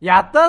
やった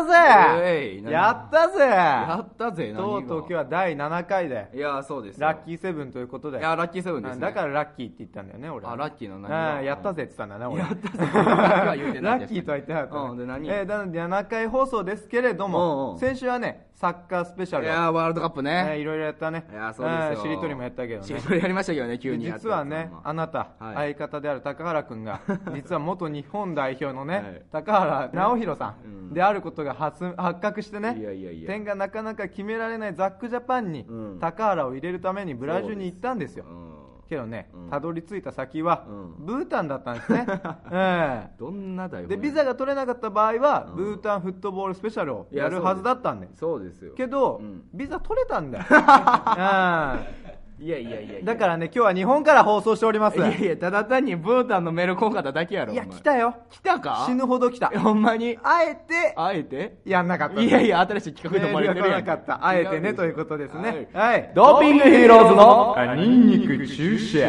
えぜい何やったやぜったぜ何がとうとう今日は第7回でいやそうですよラッキーセブンということでいやラッキーセブンですうねんだからラッキーって言ったんだよね俺はあラッキーの何あがあやったぜって言ったんだね俺やったぜララッキーとは言ってなかった、ねうんで何えーなので7回放送ですけれども、うんうん先週はねサッカースペシャいルをやワールドカップねねいろいろやったねいやそうですよんしりとりもやったけどしねりとりやりましたけどね急でに実はねまああなた、はい相方である高原君 が実は元日本代表のね、はい高原直弘さうんんであることが発発覚してねいやいやいや点がなかなか決められないザックジャパンにうん高原を入れるためにブラジルに行ったんですようんけどねうんたどり着いた先は、うんブータンだったんです ね、ええどんなだよでビザが取れなかった場合は、うんブータンフットボールスペシャルをやるはずだったんでそうですよけど、うんビザ取れたん だよ、ういやいやいやん、だかららね今日は日本から放送しておりますいやいやただ単にブータンのメール来んかっただけやろいやお前来たよ来たか死ぬほど来たほんまにあえてあえてやんなかったいやいや新しい企画で生まメれーてルるがや来なんかったあえてねということですねはいはいドーピングヒーローズのあニンニク注射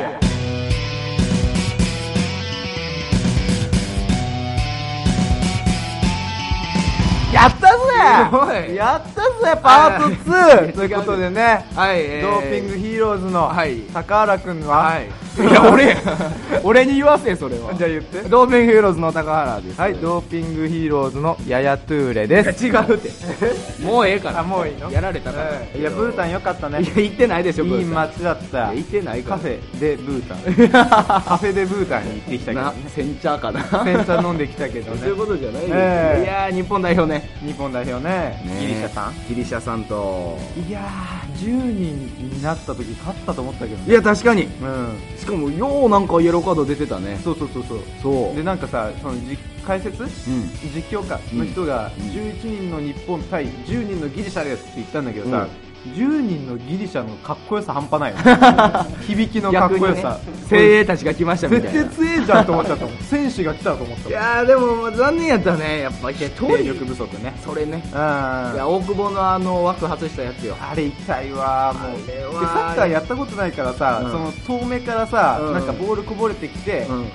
やったすごぜいやったぜパート2ということでねはいドーえピングヒーローズのはい高原君ははいいや 俺や俺に言わせそれはじゃあ言ってドーピングヒーローズの高原ですはいドーピングヒーローズのややトゥーレです違うってもうええか らあもういいのやられたからいやブータンよかったねいや行ってないでしょブーいいタン街だったいや行ってないからカフェでブータ ンカフェでブータンに行ってきたけどなセンチャーかな煎茶飲んできたけどそういうねことじゃないです、ええいやー日本代表ね日本代表ねギリシャさんギリシャさんといやー10人になった時勝ったと思ったけどねいや確かにうんしかもようなんかイエローカード出てたねそうそうそうそうそうでなんかさその実解説うん実況家の人がうん11人の日本対10人のギリシャですって言ったんだけどさ、10人のギリシャのかっこよさ半端ないよ ね響きのかっこよさ、逆にね精鋭たちが来ましたみた絶 いな対強えじゃんと思っちゃったもん選手が来たと思ったもんいやーでも残念やったねやっぱ決体力不足ねそれねうんあいや大久保のあの枠外したやつよれ痛いわもうあれはでサッカーやったことないからさ、うんその遠目からさ、うんなんかボールこぼれてきて、うんうん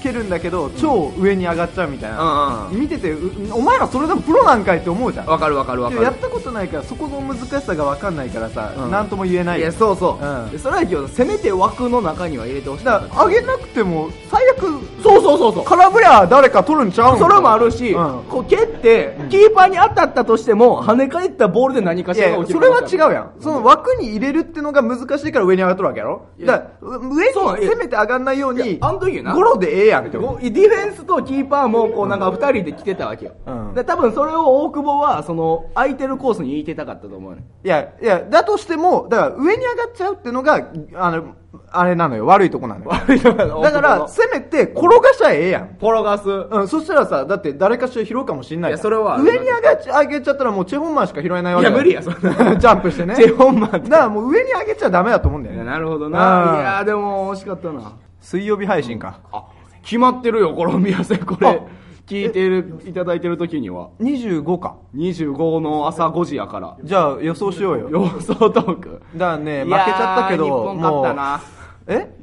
蹴るんだけど超上に上がっちゃうみたいな、わ見ててうお前らそれでもプロなんかいって思うじゃんかるわかるわでかもやるったことないからそこの難しさが分かんないからさ、うんなんとも言えないいよやそうそう、うんでそれはけどせめて枠の中には入れてほしいだから上げなくても最悪そうそうそうそう空振りゃ誰か取るんちゃうんそれもあるし、うんこう蹴って、キーパーに当たったとしても、跳ね返ったボールで何かいしやらいが起やきそるれ可は能違性うあるやんその枠に入れるってのが難しいから上に上がっとるわけやろいやだからう上にせめて上がんないよういにやあの時やなゴロでええやんって思うこうディフェンスとキーパーもこうなんか2人で来てたわけよ、うんで多分それを大久保はその空いてるコースに行いてたかったと思うねいやいやだとしてもだから上に上がっちゃうってのがあのあれなのよ悪いとこなのよ悪いところだからせめて転がしゃええやん転がす、うん、そしたらさ、だって誰かしら拾うかもしんないいやそれは上に上がっち上げちゃったらもうチェホンマンしか拾えないわけだよいや無理やそん なジャンプしてね。チェホンマンってだからもう上に上げちゃダメだと思うんだよいやね。なるほどうなんいやーでも惜しかったな水曜日配信か。あ決まってるよコロンビア戦こあれ聞いてるいただいてる時には25か。 25の朝5時やからじゃあ予想しようよ。予想トークだからね、負いけちやーゃったけど、日本勝ったなもう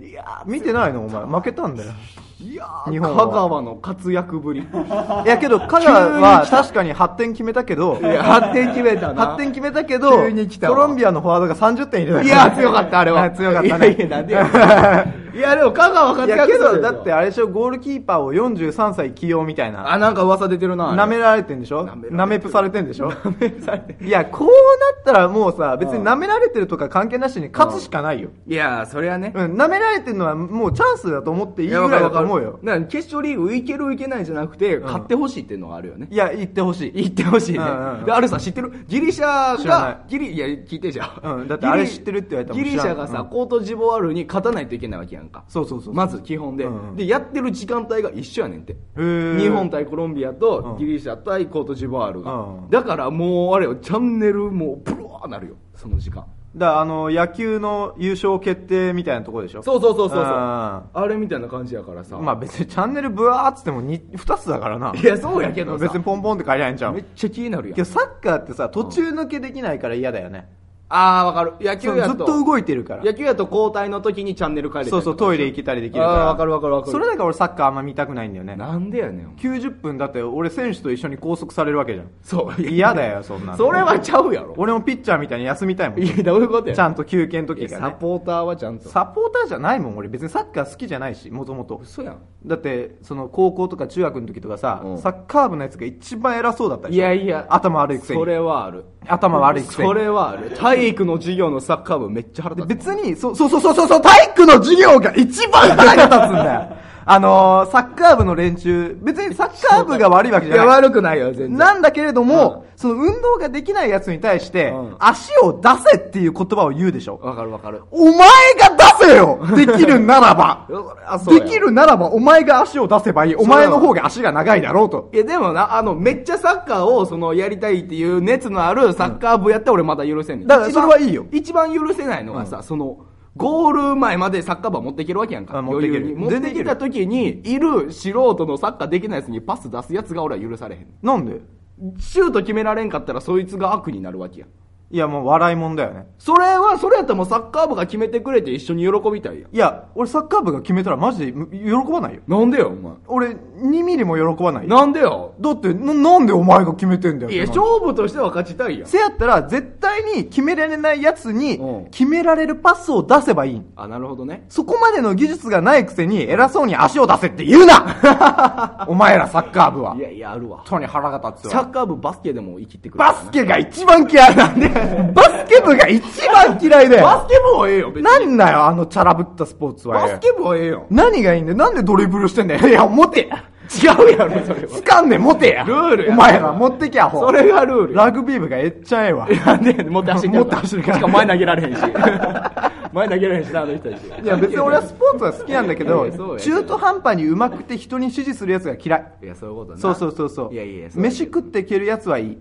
えいや見てないのお前。負けたんだよ。いや日日本本は香川の活躍 ぶりいいやけど、香川は確かに8点決めたけど、や発展決め たな8点決めたけど、急に来たコわロンビアのフォワードが30点入れたからいや強かったあれは強かったね。いやいやなんでや いやでも香川い活や躍けするど、でしだょってあれでしょ、ゴールキーパーを43歳起用みたいな。あなんか噂出てるな舐められてんでしょ舐められてる舐めぷされてんでしょめられていや、こうなったらもうさ、別うにん舐められてるとか関係なしに勝つしかないよ。いやそりゃねうん、舐められてるのはもうチャンスだと思っていいぐらいだと思うよ。だから決勝リーグいけるいけないじゃなくて勝ってほしいっていうのがあるよねいや、言ってほしい。言ってほしいね、うんうんであれさ知ってるギリシャ知らないがギリいや聞いてじゃん、うんだってあれギリ知ってるって言われたらもうギ知らんリシャがさ、うんコートジボワールに勝たないといけないわけやんかそうそうそう。まず基本で、うんうんでやってる時間帯が一緒やねんってー日本対コロンビアうとんギリシャ対コートジボワールが、うんだからもうあれよチャンネルもうプローなるよその時間だからあの、野球の優勝決定みたいなとこでしょそうそうそうそうそうああれみたいな感じやからさ、まあ別にチャンネルブワーっつっても 2, つだからな。いやそうやけどさ別にポンポンって変えりゃいいんちゃうめっちゃ気になるやけどんサッカーってさ途中抜けできないから嫌だよね、ああ、わかる。野そ球うやずっと。と動いてるから野球やと交代の時にチャンネル変えれたそりうとそうかトイレ行けたりできるからあーわかるわかるわかるそれだから俺サッカーあんま見たくないんだよねなんでやねん。 90分だって俺選手と一緒に拘束されるわけじゃんそう。嫌だよそんなのそれはちゃうや ろ。俺もピッチャーみたいに休みたいもんいや、どういうことや。ちゃんと休憩の時いやがサねポーターはちゃんと。サポーターじゃないもん俺別にサッカー好きじゃないしもともと嘘やん。だってその高校とか中学の時とかさ、うんサッカー部のやつが一番偉そうだったでしょいやいや頭悪いくせにそれはある。頭悪いくせにそれはある。体育の授業のサッカー部めっちゃ腹で立つ。別にそうそうそうそうそうそう体育の授業が一番腹が立つんだ よあのー、サッカー部の連中別にサッカー部が悪いわけじゃいや、ない悪くないよ、全然。なんだけれども、うその運動ができないやつに対して、うん足を出せっていう言葉を言うでしょ、わかるわかる。お前が出せ よできるならばあそうでやきるならばお前が足を出せばいい。お前の方が足が長いだろうと。いやでもな、あの、めっちゃサッカーを、その、やりたいっていう熱のあるサッカー部やったら俺まだ許せんねん。だからそれはいいよ一番一番許せないのはさ、その、ゴール前までサッカー部は持っていけるわけやんか。あ持っていける余裕に持ってきた時に、いる素人のサッカーできないやつにパス出すやつが俺は許されへん。なんでシュート決められんかったらそいつが悪になるわけやん。いやもう笑いもんだよね。それは、それやったらもうサッカー部が決めてくれて一緒に喜びたいやん。いや、俺サッカー部が決めたらマジで喜ばないよ。なんでよ、お前。俺2ミリも喜ばないよ。なんでよ。だってな、なんでお前が決めてんだよ。いや、勝負としては勝ちたいやん。せやったら絶対に決められないやつにうん決められるパスを出せばいい。あ、なるほどね。そこまでの技術がないくせに偉そうに足を出せって言う なお前らサッカー部は。いやいや、あるわ。本当に腹が立つサわ。ッカー部バスケでも生きてくるからバなスケが一番嫌いなんで、 バスケ部が一番嫌いだバよ。スケ部はええよ別になんだよ、あのチャラぶったスポーツはバよスケ部はええよ何がいいんだよ、なんでドリブルしてんだよ。い や、持てや。違うやろそれは掴んで持てや。ルールやお前ら持ってきゃ、ほそれがルールラグビー部がえっちゃええわ。なんで持って走って持って走るからしかも前投げら れへんし前投げられへんしなあの人たちいや、別に俺はスポーツは好きなんだけいやいど、やそうや中途半端に上手くて人に指示するやつが嫌い。いやそういうことなそうそうそうそう。いやいやそう飯食っていけるやつはいい。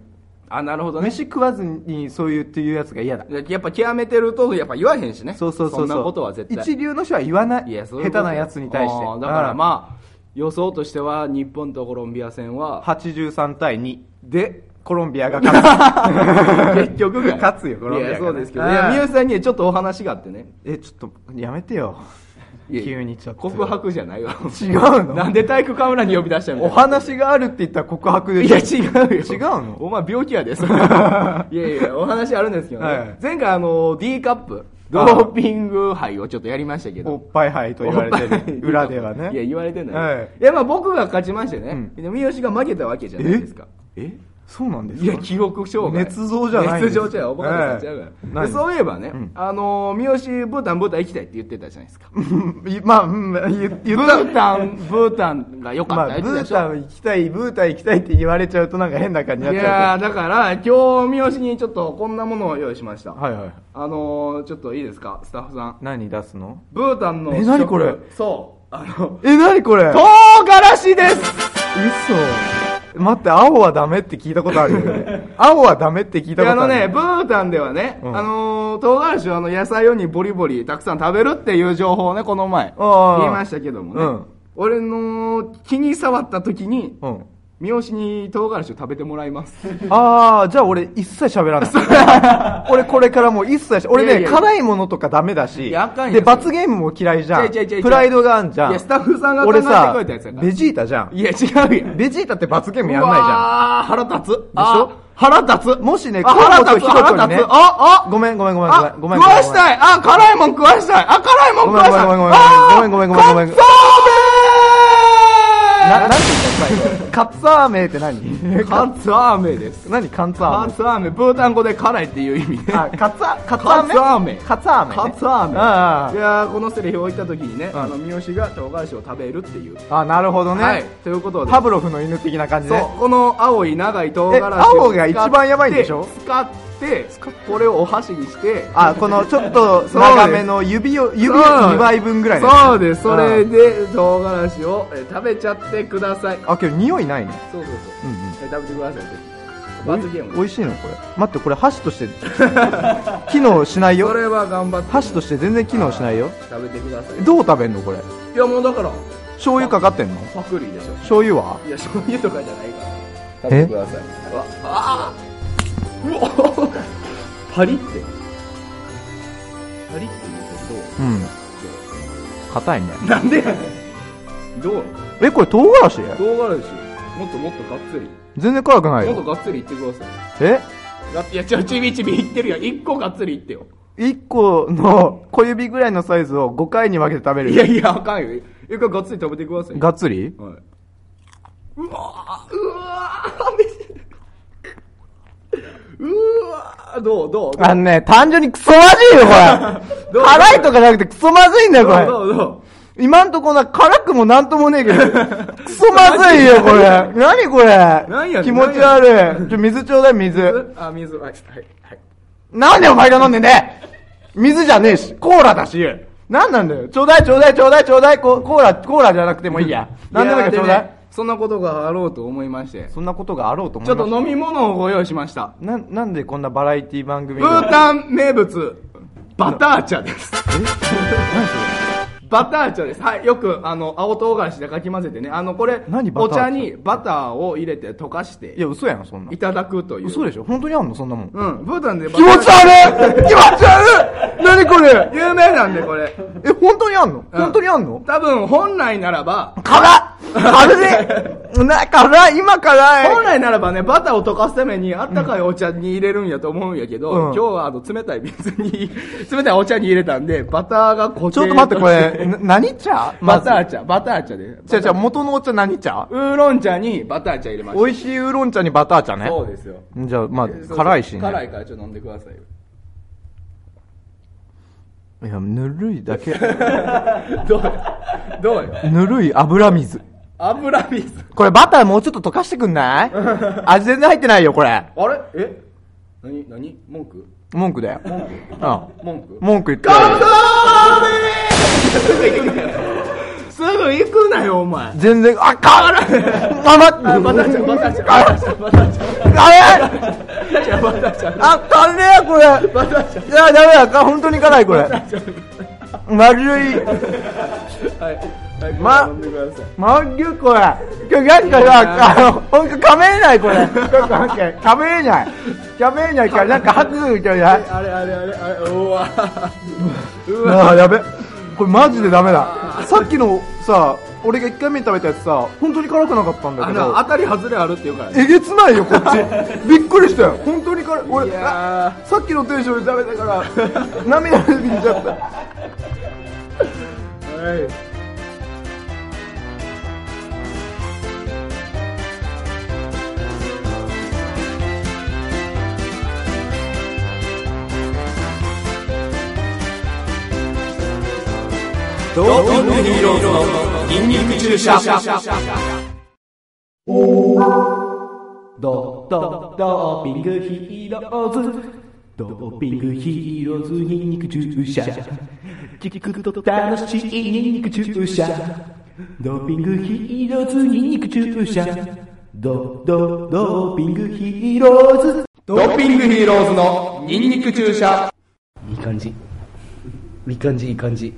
あなるほどね飯食わずにそういうっていうやつが嫌だ。やっぱ極めてるとやっぱ言わへんしねそうそうそうう。そんなことは絶対一流の人は言わない。いやそういう下こと手なやつに対してあ。ーだからあ。まあ予想としては日本とコロンビア戦 は83対2。でコロンビアが勝結局が勝つよコロンビアがいやそうですけどあーいや三好さんにはちょっとお話があってねつ。え、ちょっと、やめてよ。いや急にちょっと。告白じゃないわ違う のなんで体育カメラに呼び出したみたおいな。話があるって言ったら告白でいしょや、違うよ。違うのお前病気やで、それ いやいや、お話あるんですけどね。はい前回あの、D カップ、ドーピング杯をちょっとやりましたけおどっ。ぱいはいと言われてる。裏ではね。いや、言われてない。はいい、や、まあ僕が勝ちましてね。うんで、三好が負けたわけじゃないですか。えそうなんですいや、か記憶障害。捏造じゃないんで捏す造じゃない。おばかさんちゃうええから。何でそういえばね、んあの、三好、ブータン、ブータン行きたいって言ってたじゃないですか。うんまあ、うん言言ブったータン、ブータンが良かまったあ、言ブってたーでしょタン行きたい、ブータン行きたいって言われちゃうとなんか変な感じにいなっちゃやーだから今日三好にちょっとこんなものを用意しました、うから。はいはい。あのー、ちょっといいですかスタッフさん何出すのブータンのえ何これ食そうあのえ、何これ嘘 唐辛子です待って、青はダメって聞いたことあるよ ね。青はダメって聞いいたこやとあのある。ね、ブータンではね、うんあのー、唐辛子をあの野菜用にボリボリたくさん食べるっていう情報をね、この前、あー言いましたけどもね、うん俺の気に触った時に、うん。三好に唐辛子を食べてもらいます。ああ、じゃあ俺一切喋らない。俺これからもう一切し、俺いやいね、や辛いものとかダメだし、いやあかんよで、罰ゲームも嫌いじゃん。違う違う違う違うプライドがあんじゃん。いや、スタッフさんが考え俺てくされたやつや、からベ。ジータじゃん。いや、違うやん。ベジータって罰ゲームうやんないじゃわー腹立つ。でしょ腹立つ。ん。もしね、あ河本腹立つ、ひろ腹とに立ねつ。、あ、あ、ごめんごめんごめんごめんあ、ごめん。食わしたい。あ、辛いもん食わしたい。あ、辛いもん食わしたい。ごめんごめんごめんごめんごめんごめんごめんごめんごめんあな、なんてー言ったのカッツアーメーって何カツアーメです。何カンツアーカメツアーメ、ブータン語で辛いっていう意味ね。あ、カツア、カツアカツアーーメメ。カツアーメね。カツアーメあいやー、このセリフを言った時にね、んあの、三好が唐辛子を食べるっていう。ああ、なるほどね。はい。ということで。パブロフの犬的な感じそうね。、この青い長い唐辛子をえ青が一番やばいんでしょ使って、使ってこれをお箸にして、あ、このちょっと長めの指を、指2倍分ぐらいのやつそうです、それ。で唐辛子をえー食べちゃってください。あ、けど匂いないね。そうそうそう。うんうんえー食べてください、ぜひ。罰ゲーム美ね。味しいのこれ。待って、これ箸として、 機能しないそよ。れは頑張って箸として全然機能しないよ。食べてくださどう食べんのこれ。い。いやもうだから、醤油かかってんのパクリでしょ。醤油はいや、醤油とかじゃないから。食べえてください。うわああうおパリって。二人って言うけどうん。硬いね。なんでやねんどうえ、これ唐辛子唐辛子もっともっとがっつり全然辛くないもっとよ。がっつりいってくださいえだっていやちょちびちびいってるやん一個がっつりいってよ一個の小指ぐらいのサイズを5回に分けて食べる。いやいやあかんよ一回がっつり食べてくださいがっつりはいうわーうわーめっちゃうわーどうどうどうあのね、単純にクソまずいよ、こ どうれ。辛いとかじゃなくてクソまずいんだよ、どこうどうれ。今んとこな、辛くもなんともねえけど、 クソまずいよ、これ。何こ何やねれ。ん気持ち悪い。ちょ、水ちょうだい、ど水。うあ水はいはいはいなんでお前が飲んでんね水じゃねえし、コーラだし。なんなんだよ。ちょうだい、ちょうだい、ちょうだい、ちょうだい。ココーラ、コーラじゃなくてもいいや。なんでもいいからちょうだやーいね。そんなことがあろうと思いましてそんなことがあろうと思ちょいっまとす。飲み物をご用意しましたな、なんでこんなバラエティ番組ブータン名物バター茶ですバター茶です。はい。よく、あの、青唐辛子でかき混ぜてね。あの、これ、何バおター茶茶にバターを入れて溶かしいて。や、嘘やん、そんないただくという。嘘でしょ本当にあんのそんなもん。うん。ブータンでバ気持ち悪い気持ち悪い何これ有名なんで、これ。え、本当にあんのうん本当にあんの多分、本来ならば、辛っ軽いな、辛い今辛本い来ならばね、バターを溶かすために、あったかいお茶に入れるんやと思うんやけど、うん今日は、あの、冷たい水に、 冷たいお茶に入れたんで、バターがこちょっと待って、こ れ、な何茶バター茶。茶、バター茶で。じゃじゃ元のお茶何茶ウーロン茶にバター茶入れまし美味しいウーロン茶にバター茶た。ね。そうですよ。じゃあ、まあ、辛いしね。辛いからちょっと飲んでくださいよ。いや、ぬるいだけ。 どうよどうよぬるい油水。油水。これバターもうちょっと溶かしてくん ない味全然入ってないよ、これ。あれえ何何文句文句だよ。文うん。句文句文句言ってカないムよ。すぐ行くなよ、お前。全然、あ、辛いあ、あ、バタ待ーっちゃん、て。バターちゃん、バターちゃん、バターちゃん。あれバターちゃん、あ、辛いよ、これ。バターちゃいや、ダメだ、か本当に辛い、これ。まるい。ん。はい。はい、ま飲んでください。まるい、これ。今日、なんかさ、あの、ほんと噛めれない、これ。なんか噛めれない。噛めれないから、なんか吐くみたいな。あれあれあれあれ、うわ。うわ。ああやべこれマジでダメださっきのさ俺が1回目に食べたやつさ本当に辛くなかったんだあけの、ど当たり外れあるっていうからね。えげつないよこっ ちびっくりしたよ本当に辛いい俺やあさっきのテンションで食べたから涙出てきちゃったはい。ドーピングヒーローズの筋肉注射ドドドーピングヒーローズドーピングヒーローズ筋肉注射聞くと楽しい筋肉注射ドーピングヒーローズ筋肉注射ドドドーピングヒーローズドッピングヒーローズのニンニク注射。いい感じいい感じいい感じ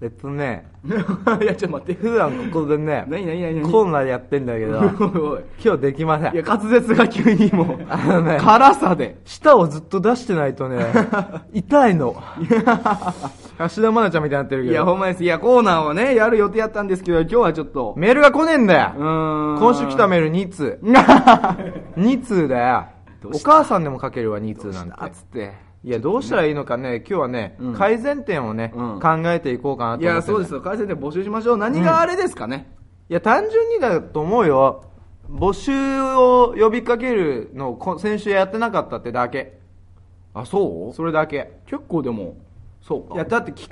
えっとね いや、ちょっと待って。普段ここでね何何何何コーナーでやってんだけど おい今日できませいや、ん滑舌が急にも う、あのね辛さで。舌をずっと出してないと ね痛いの芦田愛菜ちゃんみたいになってるいけや、ほどんまです。いや、コーナーをね、やる予定やったんですけど、今日はちょっと。メールが来ねえんだようーん。今週来たメール2通。2通 だよ。お母さんでも書けるわ、2通なんて。あつって。いや、どうしたらいいのかね、今日はね、改善点をね、うん考えていこうかなと思っいてんだ。や、そうですよ。改善で募集しましょう。何があれですかね。いや、単純にだと思うよ。募集を呼びかけるのをこ先週やってなかったってだけ。あ、そそれだけ。う結構でも、そうか。いや、だって企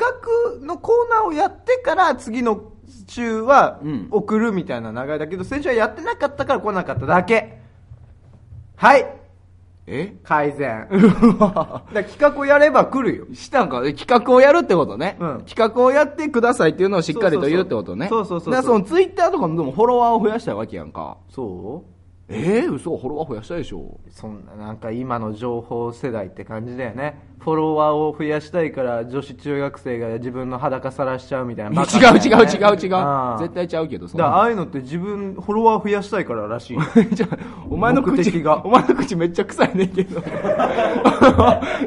画のコーナーをやってから次の週はうん送るみたいな流れだけど、先週はやってなかったから来なかっただけ。はいえ改善。 うわだから企画をやれば来るよ。したんか。え企画をやるってことね。うん企画をやってくださいっていうのをしっかりと言うってことね。そうそうそうそうそうそうそうだからそのツイッターとかのでもフォロワーを増やしたいわけやんか。そうえー、嘘フォロワー増やしたでしょそんななんか今の情報世代って感じだよねフォロワーを増やしたいから女子中学生が自分の裸さらしちゃうみたいいなバやカ 違うみたい違なうね違う違あうあ絶対ちゃうけどそんだからあなあいうのって自分フォロワー増やしたいからら しいよじゃあお前の目口的がお前の口めっちゃ臭いねんけど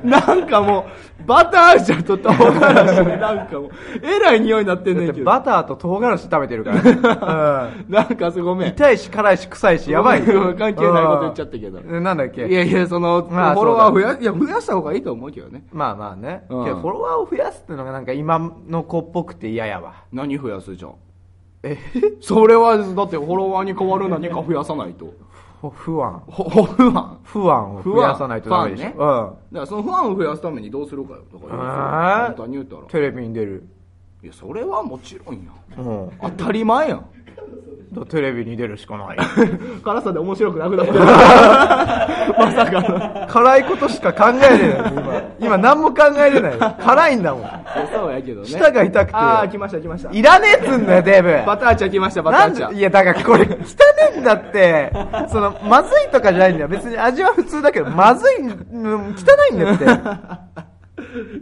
なんかもうバター味ちゃんと唐辛子でなんかもうえらい匂いになってんねんけどバターと唐辛子食べてる からね、なんかすごめうんん、痛いし辛いし臭いしやばい 関係ないこと言っちゃったけどうんなんだっけいやいや、その、フまあォロワー増や、いや、増やした方がいいと思うけどね。まあまあね、うんけどフォロワーを増やすってのがなんか今の子っぽくて嫌やわ何増やすじゃん。えそれは、だってフォロワーに変わる何か増やさないと。ほ不安ほ、ほ、不安。不安を増やさないとダメでしょ、不安だからその不安を増やすためにどうするかよ。だから、えー簡単に言ったらうん。テレビに出るいや、それはもちろんや。うん当たり前やん。だからテレビに出るしかない 辛さで面白くなくなってる。まさかの。辛いことしか考えれない今今何も考えれない辛いんだもん そうやけどね。舌が痛くてああ、来ました来ました。いらねえっつんだよデブバターちゃん来ました、バタなーんちゃんでい。やだからこれ汚ねえんだ ってそのまずいとかじゃないんだよ別に味は普通だけどまずい、うん、汚いんだっ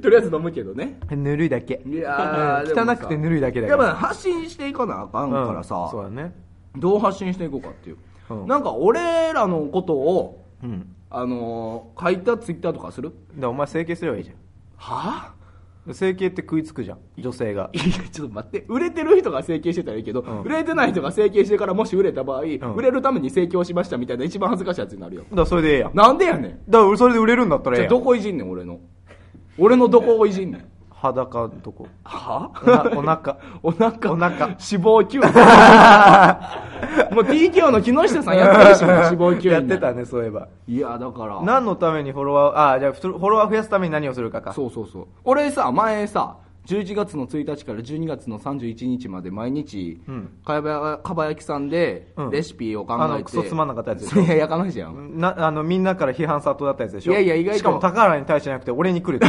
とりあえず飲むけどね。 てぬるいだけいやー汚くてぬるいだけだやかっぱら発信していかなあかんうんからさ、そうだねどう発信していこうかっていう、うんなんか俺らのことを、うんあのー書いたツイッターとかするだからお前整形すればいいじはあゃん整形って食いつくじゃん女性がいやちょっと待って売れてる人が整形してたらいいけど、ん売れてない人が整形してからもし売れた場合、ん売れるために整形をしましたみたいな一番恥ずかしいやつになるよだからそれでええやんだかなんでやねんら俺それで売れるんだったらええじやゃあどんこいじんねん俺の俺のどこをいじんねん裸のと こはおなお腹お腹 お腹 脂肪吸引もう TKO の木下さんやってるしな脂肪吸引やってたねそういえばいやだから何のためにフォロワーああじゃあフォロワー増やすために何をするかかそうそうそう俺さ前さ11月の1日から12月の31日まで毎日、うんかばかば焼きさんでうんレシピを考えて、あのクソつまんなかったやつでしょいやいやかましいやん、なあのみんなから批判殺到だったやつでしょいやいや意外としかも高原に対してじゃなくて俺に 来るって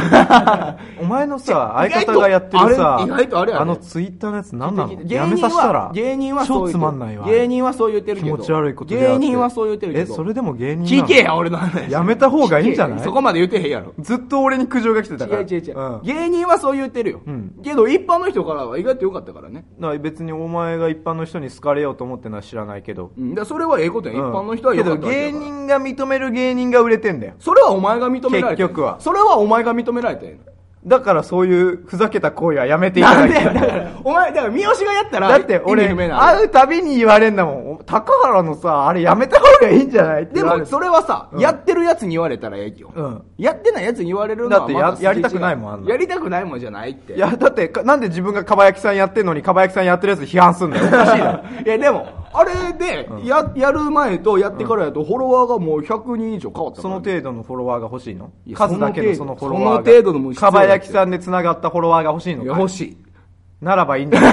お前のさ違う相方がやってるさ意外とあれ意外とあれやねのツイッターのやつ何なの芸人やはめさせたら芸人はそう超言ってつまんないわ芸人はそう言ってるけど気持ち悪いことであって芸人はそう言ってるけえどそれでも芸人なの聞けや俺の話やめた方がいいんじゃないそこまで言ってへんやろずっと俺に苦情が来てたから違う違う違う、うん芸人はそう言ってるよ、うんけど一般の人からは意外と良かったからね、だから別にお前が一般の人に好かれようと思ってるのは知らないけど、うん、だからそれはええことや、うん一般の人は良かったわけやけかどら芸人が認める芸人が売れてんだよそれはお前が認められて結局はそれはお前が認められてんだからそういうふざけた行為はやめていただきたい お前だから三好がやったらだって意俺、味不明なの会うたびに言われんだもん。お高原のさ、あれやめた方がいいんじゃないってで言われもるそれはさ、やってるやつに言われたらええよ、うんやってないやつに言われるのはだってやま筋違やりたくないもんあんなやりたくないもんじゃないっていや、だって、かなんで自分がかばやきさんやってんのに、かばやきさんやってるやつ批判すんだ よ。おかしいだいやでもあれでや,、やる前とやってからやとフォロワーがもう100人以上変わった かそらのね程度のフォロワーが欲しいのいや数だけのそそのの程フ度ォロワーが。その程度の無質かばやきさんで繋がったフォロワーが欲しいのいかや欲し いならばいいんだよ。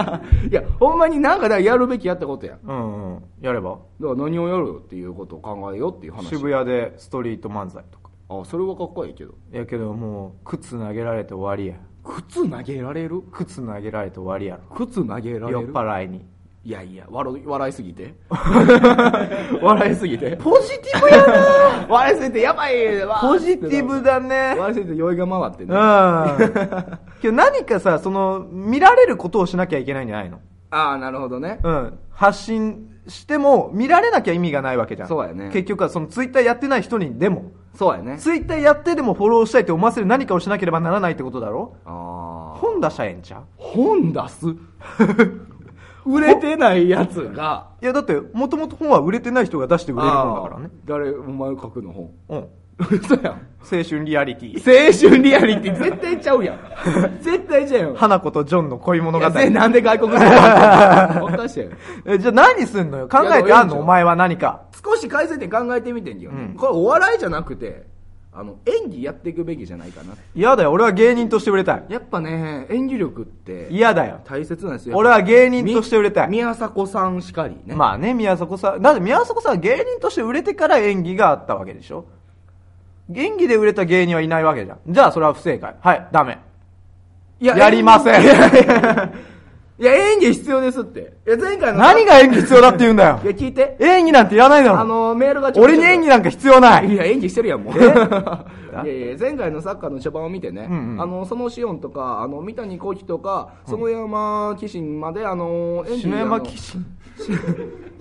いやほんまになんかだからやるべきやったことやんだかうんうん。やればら何をやるよっていうことを考えようっていう話渋谷でストリート漫才とか。あそれはかっこいいけどやけどもう、靴投げられて終わりや。靴投げられる靴投げられて終わりや靴投げらろ。れ酔っる払いに。いやいや笑笑いすぎて 笑いすぎてポジティブやな 笑いすぎてやばいわーポジティブだね。笑いすぎて酔いが 回ってねあうん。けど何かさ、その、見られることをしなきゃいけないんじゃないのあーなるほどねうん。発信しても、見られなきゃ意味がないわけじゃん。そうやね結局は、そのツイッターやってない人にでも、そうやねツイッターやってでもフォローしたいって思わせる何かをしなければならないってことだろあ本出しゃええんちゃう本 出す売れてないやつがいや、だって、もともと本は売れてない人が出して売れるもんだからね。あー誰お前書くの本うん。嘘やん青春リアリティ。青春リアリティ絶対ちゃうやん 絶対ちゃうやん花子とジョンの恋物語。いやせえなんで外国人が おかしいやんじゃあ何すんのよ考えてあんのお前は何か。少し改善点考えてみてんけどね、うんこれお笑いじゃなくてあの演技やっていくべきじゃないかな嫌だよ。俺は芸人として売れたい。やっぱね演技力って嫌だよ。大切なんですよ俺は芸人として売れたい。宮迫さんしかりね、まあね、宮迫さん。だって宮迫さんは芸人として売れてから演技があったわけでしょ演技で売れた芸人はいないわけじゃん。じゃあそれは不正解。はい、ダメ。いややりません。 いや、演技必要ですって。いや、前回の。何が演技必要だって言うんだよい。や、聞いて。演技なんていらないだあろ。の、メールがちょ俺に演技なんか必要ない。いや、演技してるやん、もう。 いやいや、前回のサッカーの序盤を見てんね、うんあの、そのシオンとか、あの、三谷幸喜とか、園山紀信まで、あの、演技。篠あ山の騎士。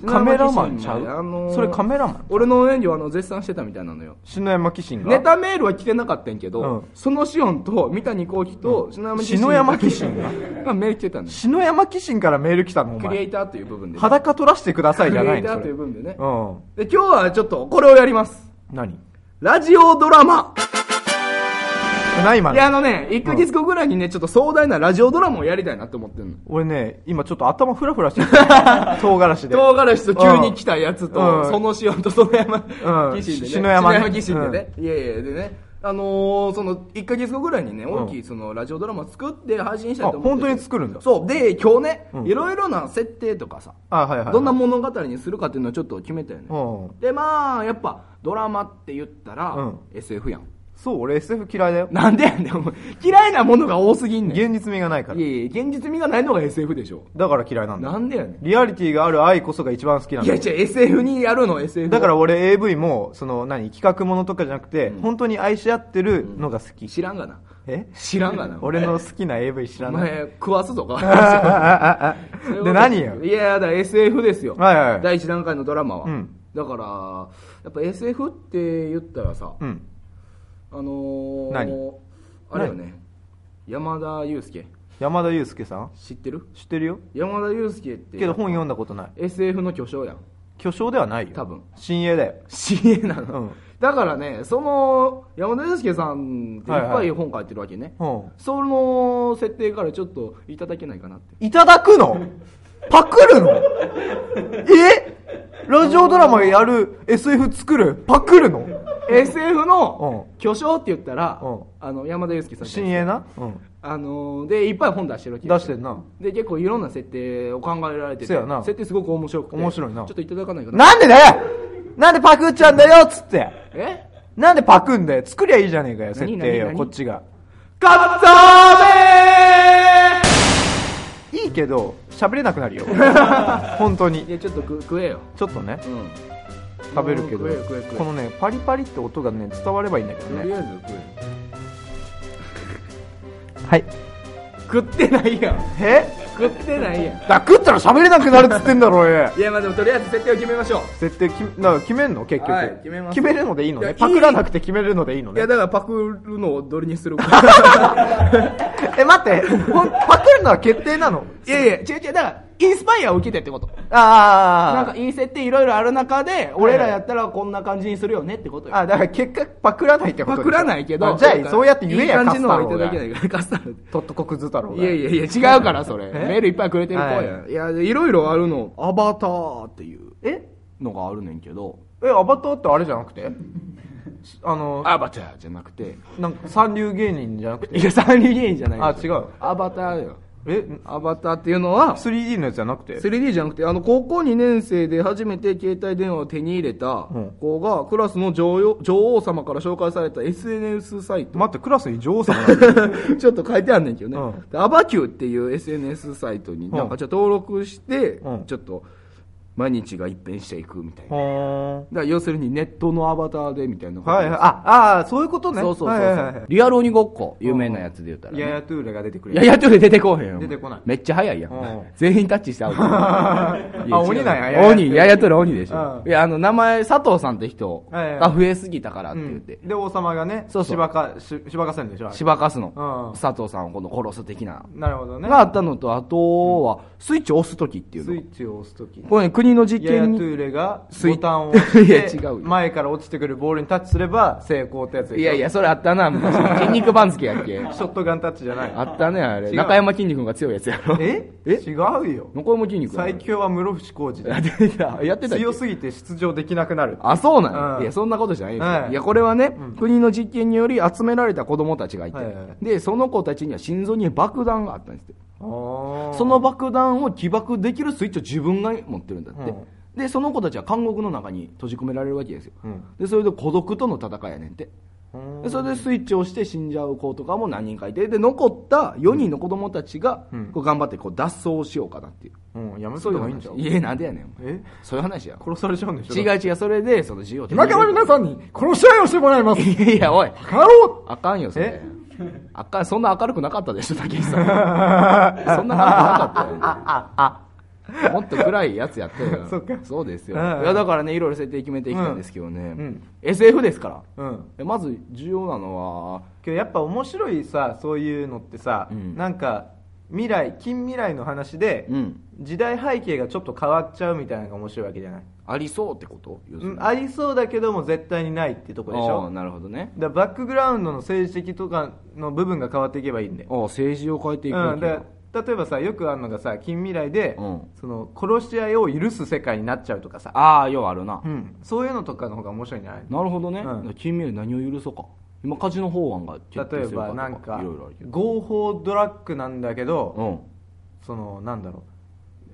カメラマンちゃ篠山紀信まであのうーそれカメラマン俺の演技をあの、絶賛してたみたいなのよ。篠山騎士がネタメールは来てなかったんやけど、うんそのシオンと三谷幸喜と篠山紀信篠山紀信ががメール来 てたんです。篠山騎士からメール来たのおクリエ前イターという部分でね。裸取らせてくださいクじゃリなエいイのタそーといれう部分でねう。んで、今日はちょっとこれをやります。何ラジオドラマ。何今いのや、あのね、1ヶ月後ぐらいにね、ちょっと壮大なラジオドラマをやりたいなって思ってんの。俺ね今ちょっと頭フラフラして る唐辛子で唐辛子と急に来たやつと、うんその塩とその山、うん騎士でね。篠山ね騎士でね。いやいや、でね。あのー、その、1ヶ月後ぐらいにね、大きいその、ラジオドラマ作って配信したいと思ってて。あ本当に作るんだそう。で、今日ねう、んいろいろな設定とかさ、あはいはいはいどんな物語にするかっていうのをちょっと決めたよね。うんで、まあ、やっぱ、ドラマって言ったうらん、 SF やん。そう俺 SF 嫌いだよなんでやねん、お前。嫌いなものが多すぎんねん。現実味がないからいやいや、現実味がないのが SF でしょ。だから嫌いなんだなんでやね。リアリティがある愛こそが一番好きなんんいだや、じゃ SF にやるの、SF を。だから俺 AV もその何企画ものとかじゃなくて、本当に愛し合ってるのが好き、知らんがな。え知らんがな。 俺の好きな AV 知らおない前、食わすぞああか。ああああ で何よいや、だから SF ですよ。はいはい第一段階のドラマは。うんだから、やっぱ SF って言ったらさ、うんあのー、何あれよね。山田裕介。山田裕介さん知ってる知ってるよ山田裕介って。けど本読んだことない SF の巨匠やん。巨匠ではないよ多分新鋭だよ知恵なの、うんだからねその山田裕介さんっていっぱい本書いてるわけね、うんその設定からちょっといただけないかなっていただくのパクるのえラジオドラマやる SF 作るパクるの SF のう巨匠って言ったら、うんあの山田裕介さん新鋭な、うん、あのーでいっぱい本出してるわけ出してんなで結構いろんな設定を考えられててせやな設定すごく面白くて面白いなちょっといただかないかななんでだよなんでパクっちゃうんだよっつってえなんでパクんだよ作りゃいいじゃねえかよ設何定よ何何こっちがカッターメいいけど喋れなくなる よ本当ーいにやちょっと食食えよ、ちょっとねうん、食べるけど食えよ食えよ食えよこのねパリパリって音がね伝わればいいんだけどとりねあえず食えよはい食ってないやんえ食ってないやんだ食ったら喋れなくなるっつってんだろおいいやまあでもとりあえず設定を決めましょ設定きだから決めんの結局、はい決めます決めるのでいいのいねやパクらなくて決めるのでいいのう、ねいやだからパクるのをどれに するかえ待ってほんパクるのは決定なのいやいや違う違うだからインスパイアを受けてってことなんあかいい設定いろいろある中で俺らやったらこんな感じにするよねってことあよあだから結果パクらないってことでパしょクらないけどあじゃあそうやって言えやいい感じのカをスいタロたーがだけないからカスタローがトットコクズ太郎いがやいやいや違うからそれメールいっぱいくれてる子やん、、はいやいろいろあるのアバターっていうえのがあるねんけどえアバターってあれじゃなくてあのアバターじゃなくてなんか三流芸人じゃなくていや三人芸人じゃないあ違うアバターよえアバターっていうのは 3D のやつじゃなくて 3D じゃなくてあの高校2年生で初めて携帯電話を手に入れたうん子がクラスの女王女王様から紹介された SNS サイ ト待ってクラスに女王様なんだちょっと書いてあんねんけどね、うんでアバキューっていう SNS サイトになんかちょっと登録して、うんちょっと毎日が一変していくみたいな、だかほーんら要するにネットのアバターでみたいなことはいはいああーそういうことねそうそうそうそう、はいはいはいリアル鬼ごっこ有名なやつで言ったら、ねややトゥーレが出てくるいや、やっとで出てこうへんよ。出てこないめっちゃ早いやんうん。全員タッチして会うから。いや あ鬼なんや違うやや鬼、ややとる鬼でしょう。んいや、あの、名前、佐藤さんって人はいはいが増えすぎたからってう言っんて、で王様がねそうそうしばかししばかせんでしょあれしばかすうのん。佐藤さんをこの殺す的な。なるほどねがあったのと、あとは、スイッチを押す時っていスイうッチを押すときの。これね、国の実ややト験に。ゥーレがスイボタンを押しいやて違うよ前から落ちてくるボールにタッチすれば成功ってやつでしょいやいや、それあった な、昔。筋肉番付やっけ。ショットガンタッチじゃないあったね、あれ。違う中山筋肉が強いやつやろ。 ええ違うよ中山筋肉やろ最強は室伏広治だやっよてた。やってたっけ強すぎて出場できなくなるあ、そうなんや。うんいや、そんなことじゃないんですよはいいや、これはね、国の実験により集められた子供たちがいて、はいはいで、その子たちには心臓に爆弾があったんですって。そその爆弾を起爆できるスイッチを自分が持ってるんだって。で、その子たちは監獄の中に閉じ込められるわけですよ。うんで、それで孤独との戦いやねんって。でそれでスイッチを押して死んじゃう子とかも何人かいてで残った4人の子供たちがうんこう頑張ってこう脱走しようかなっていう、うん、やめとそういいた方うがいいん話ちゃういやなんでやねんお前えそういう話や殺されちゃうんでしょ違う違うそれでその自由を今から皆さんに殺し合いをしてもらいます。いやいやおいかろあかんよそれえあかんそんな明るくなかったでしょ竹内 さんそんな明るくなかったよもっと暗いやつやってよそっかそうですよいうんやだからねいろいろ設定決めていきたんですけどね、ん SF ですからうんでまず重要なのはけどやっぱ面白いさそういうのってさ、うんなんか未来近未来の話で、うん時代背景がちょっと変わっちゃうみたいなのが面白いわけじゃない、ありそうってこと要すうるにん、ありそうだけども絶対にないってとこでしあーょなるほどねだからバックグラウンドの政治的とかの部分が変わっていけばいいんであー政治を変えていくうわん、けでよ例えばさよくあるのがさ近未来で、うんその殺し合いを許す世界になっちゃうとかさ、ああようあるな、うん、そういうのとかの方が面白いんじゃないのなるほどね、うん近未来何を許そうか今カジノ法案が決定例えするかばとなかんかいろいろあるけど合法ドラッグなんだけど、うんそのなんだろう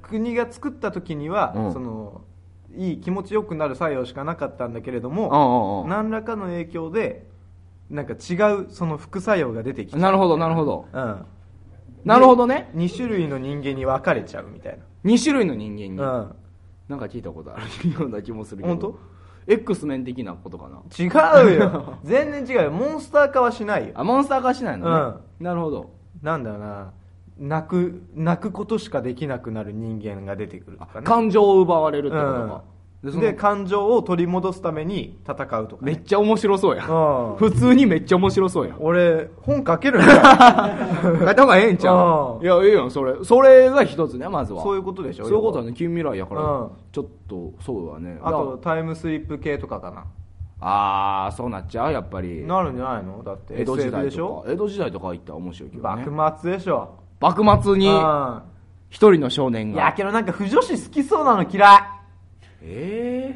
国が作った時には、うんそのいい気持ちよくなる作用しかなかったんだけれどうも、んうんう何んらかの影響でなんか違うその副作用が出てきちゃうなるほどなるほどうん、なるほどね2種類の人間に分かれちゃうみたい2種類の人間に、な、うん、なんか聞いたことあるような気もするけど本当 X メン的なことかな違う よ全然違うよモンスター化はしないよあモンスター化しないのね、なるほどなんだろうな泣く泣くことしかできなくなる人間が出てくるとあかね感情を奪われるってことか、うんでそので感情を取り戻すために戦うとか、めね、っちゃ面白そうやうん普通にめっちゃ面白そうや俺本書けるんだ書いた方がええんちゃあうあいや、ええやん、それ。それが一つね、まずは。そういうことでしょ そういうことはね、近未来やからうん、ちょっと、そうだね。あとタイムスリップ系とかかなあー、そうなっちゃう、やっぱり。なるんじゃないのだって江戸時 SF 代でしとょか。江戸時代とか行ったら面白いけどね。幕末でしょ幕末うに、ん一人の少年いやが。けどなんか腐女子好きそうなの嫌いえ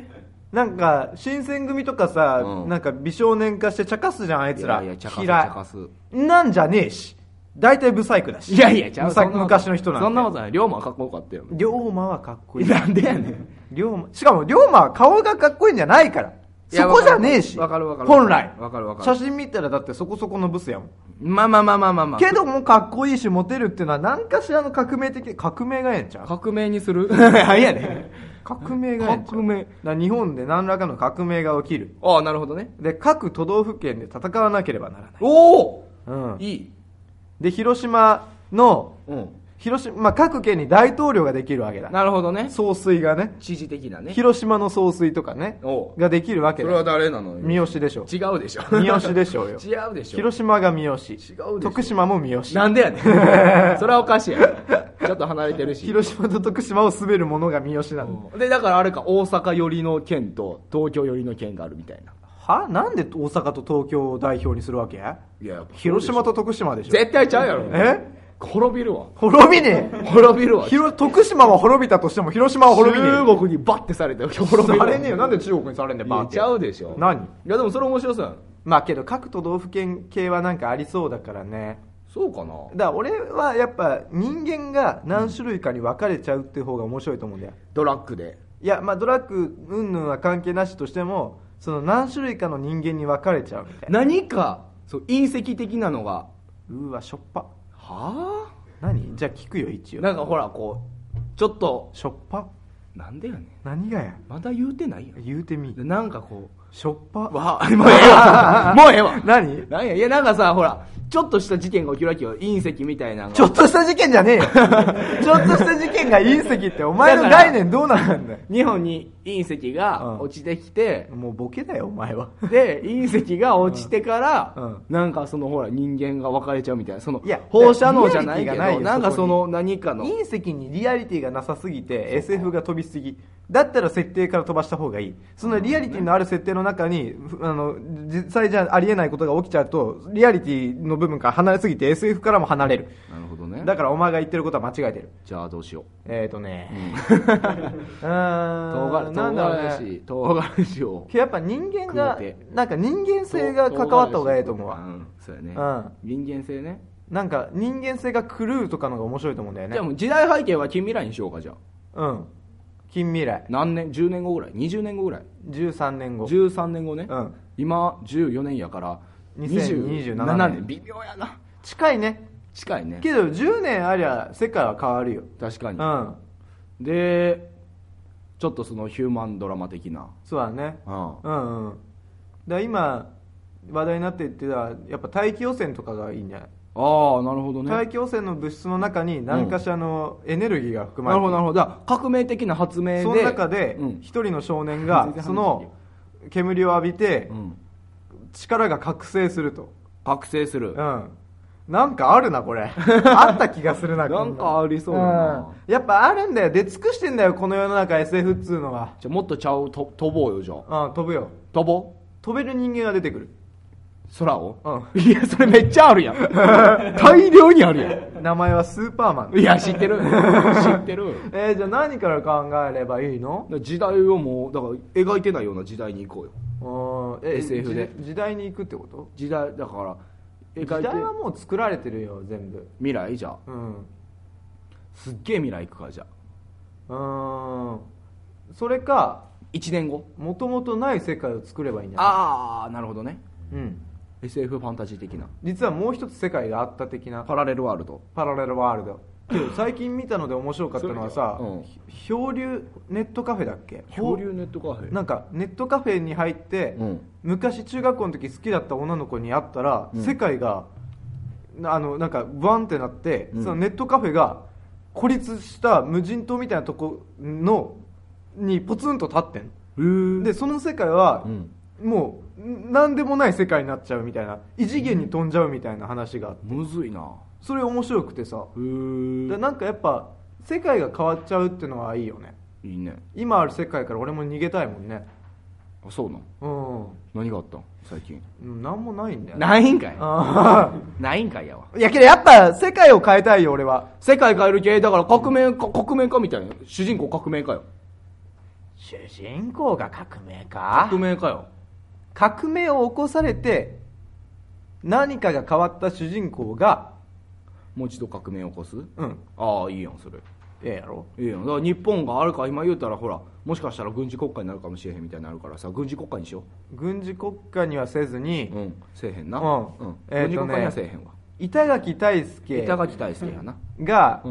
なんか新選組とかさ、うんなんか美少年化して茶化すじゃんあいー。つらいやいや、茶化す、嫌い茶化す。なんじゃねえし大体ブサイクだしいやいや、ちゃうむさそんなこと昔の人なんてそんなことない。龍馬かっこよかったよ。龍馬はかっこいい なんでやねん。龍馬しかも龍馬は顔がかっこいいんじゃないからいやそこじゃねえしわかるわかる本来わかるわかる写真見たらだってそこそこのブスやもんまあまあまあまあまあまあ。けどもかっこいいしモテるっていうのは何かしらの革命的革命がええんちゃ う革命にす る何やねん。革命がええんちゃう革命だから日本で何らかの革命が起きるああ、なるほどね。で各都道府県で戦わなければならない、おおうん、いい。で広島のうん。広島、まあ、各県に大統領ができるわけだなるほどね。総帥がね知事的なね。広島の総帥とかねおうができるわけそれはだ誰なのよ三好でしょ違うでしょ。三好でしょうよ 違うでしょ。広島が三違好うでしょ徳島も三好なんでやね ん。それはおかしいやろちょっと離れてるし。広島と徳島を滑る者が三好なんだで、だからあれか、大阪寄りの県と東京寄りの県があるみたいな。はなんで大阪と東京を代表にするわけいや、広島と徳島でしょ絶対ちゃうやろ。え滅びるわ。滅びね え滅びるわ。広徳島は滅びたとしても広島は滅びねえ中国にバッてされて滅びるわ。されねえよなんで中国にされんだよいバーやってちゃうでしょ。何いや、でもそれ面白そうやん。まあけど各都道府県系はなんかありそうだからねそうかだな。から俺はやっぱ人間が何種類かに分かれちゃうっていう方が面白いと思うんだよドラッグで。いやまあドラッグ云々は関係なしとしてもその何種類かの人間に分かれちゃうみたいな何か、そう、隕石的なのが。うーわしょっぱはあ何じゃあ聞くよ一応なんかほら、こう、ちょっと、しょっぱなんでやねん。何がやまだ言うてないやん。言うてみでなんかこしょっぱう、わあ、もうえ えわ。もうええわ。何なんや、いや、なんかさ、ほら、ちょっとした事件が起きるわけよ。隕石みたいなのが。ちょっとした事件じゃねえ よちょっとした事件が隕石ってお前の概念どうなんだよ日本に隕石が落ちてきて、もうボケだよお前はで、隕石が落ちてから、うんうんなんかそのほら、人間が分かれちゃうみたいな、そのいや、放射能じゃないけど、リアリティがないよなんかそこそにの何かの、隕石にリアリティがなさすぎて SF が飛びすぎだったら設定から飛ばした方がいいそのリアリティのある設定の中にふあの実際じゃありえないことが起きちゃうとリアリティの部分から離れすぎて SF からも離れるなるほどねだからお前が言ってることは間違えてるじゃあどうしよう。えっ、ー、とね、う 唐ー辛ん、唐なんだろ辛うね。子、唐辛子をけ。どやっぱ人間が食うて、なんか人間性が関わった方がええと思ううわ。ん、そうやね。う人間性ね。なんか人間性が狂うとかのが面白いと思うんだよじゃあね。もう時代背景は近未来にしようか、じゃあ。うん。近未来何年10年後ぐらい20年後ぐらい13年後13年後ね、うん今14年やから2027 27年微妙やな近いね近いねけど10年ありゃ世界は変わるよ確かうに、んでちょっとそのヒューマンドラマ的なそうだねうんうんうんだから今話題になっていってたやっぱ大気汚染とかがいいんじゃないああなるほどね大気汚染の物質の中に何かしらのエネルギーが含まなれるてほいどなるほどだから革命的な発明でその中でうん一人の少年 全が然話その煙を浴びてうん力が覚醒すると覚醒する、うんなんかあるなこ れあった気がするななんかありそうだな、うんやっぱあるんだよ出尽くしてんだよこの世の中 SF っつうのはじゃあもっとちゃうと飛ぼうよじゃあうん飛ぶよ飛ぼう飛べる人間が出てくる空を、ういやそれめっちゃあるやん 大量にある名前はスーパーマンやんいや知ってる 知ってるえー、じゃあ何から考えればいいの時代をもうだから描いてないような時代に行こうようんえ SF で時時代に行くってこと時代だから描いて時代はもう作られてるよ全部未来じゃあうんすっげえ未来行くかじゃあうーんそれか1年後もともとない世界を作ればいいんじゃないああなるほどねうん、 SF ファンタジー的な実はもう一つ世界があった的なパラレルワールドパラレルワールドけど最近見たので面白かったのはさ、うん漂流ネットカフェだっけ漂流ネットカフェなんかネットカフェに入って、うん昔中学校の時好きだった女の子に会ったら、世界がなあのなんかブワンってなって、そのネットカフェが孤立した無人島みたいなとこのにポツンと立ってんのでその世界は、んもうん何でもない世界になっちゃうみたいな異次元に飛んじゃうみたいな話があってむずいなそれ面白くてさへーでなんかやっぱ世界が変わっちゃうっていうのはいいよねいいね今ある世界から俺も逃げたいもんねあそうなんうん、何があったん最近うん、なんもないんだよねないんかいあないんかいやわー いやけどやっぱ世界を変えたいよ俺は世界変える系だから革命か革命家みたいな主人公革命家よ主人公が革命か革命家よ革命を起こされて何かが変わった主人公がもう一度革命を起こすうんああいいやんそれええやろいいやんだから日本があるか今言うたらほらもしかしたら軍事国家になるかもしれへんみたいになるからさ軍事国家にしよ軍事国家にはせずにううんせえへんなうんえーとね軍事国家にはせえへんわ板垣退助板垣大輔やなが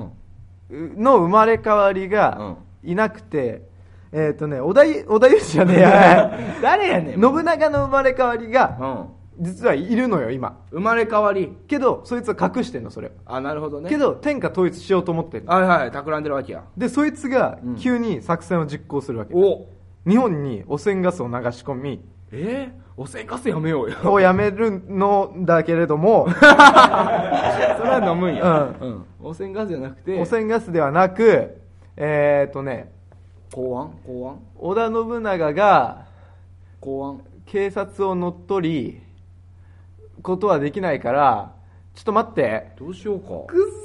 うんの生まれ変わりがいなくて、えっ、とね織田ゆ織田裕二じゃねえ や誰 やねん信長の生まれ変わりうがん実はいるのよ今生まれ変わりけどそいつは隠してんのそれをあなるほどねけど天下統一しようと思ってるはいはい企んでるわけやでそいつが急に作戦を実行するわけ、お日本に汚染ガスを流し込み えー、汚染ガスやめようよをやめるのだけれど もそれは飲むんや、ううん汚染ガスじゃなくて汚染ガスではなくえっ、とね公安公安織田信長が公安警察を乗っ取りことはできないからちょっと待ってどうしようかくっそ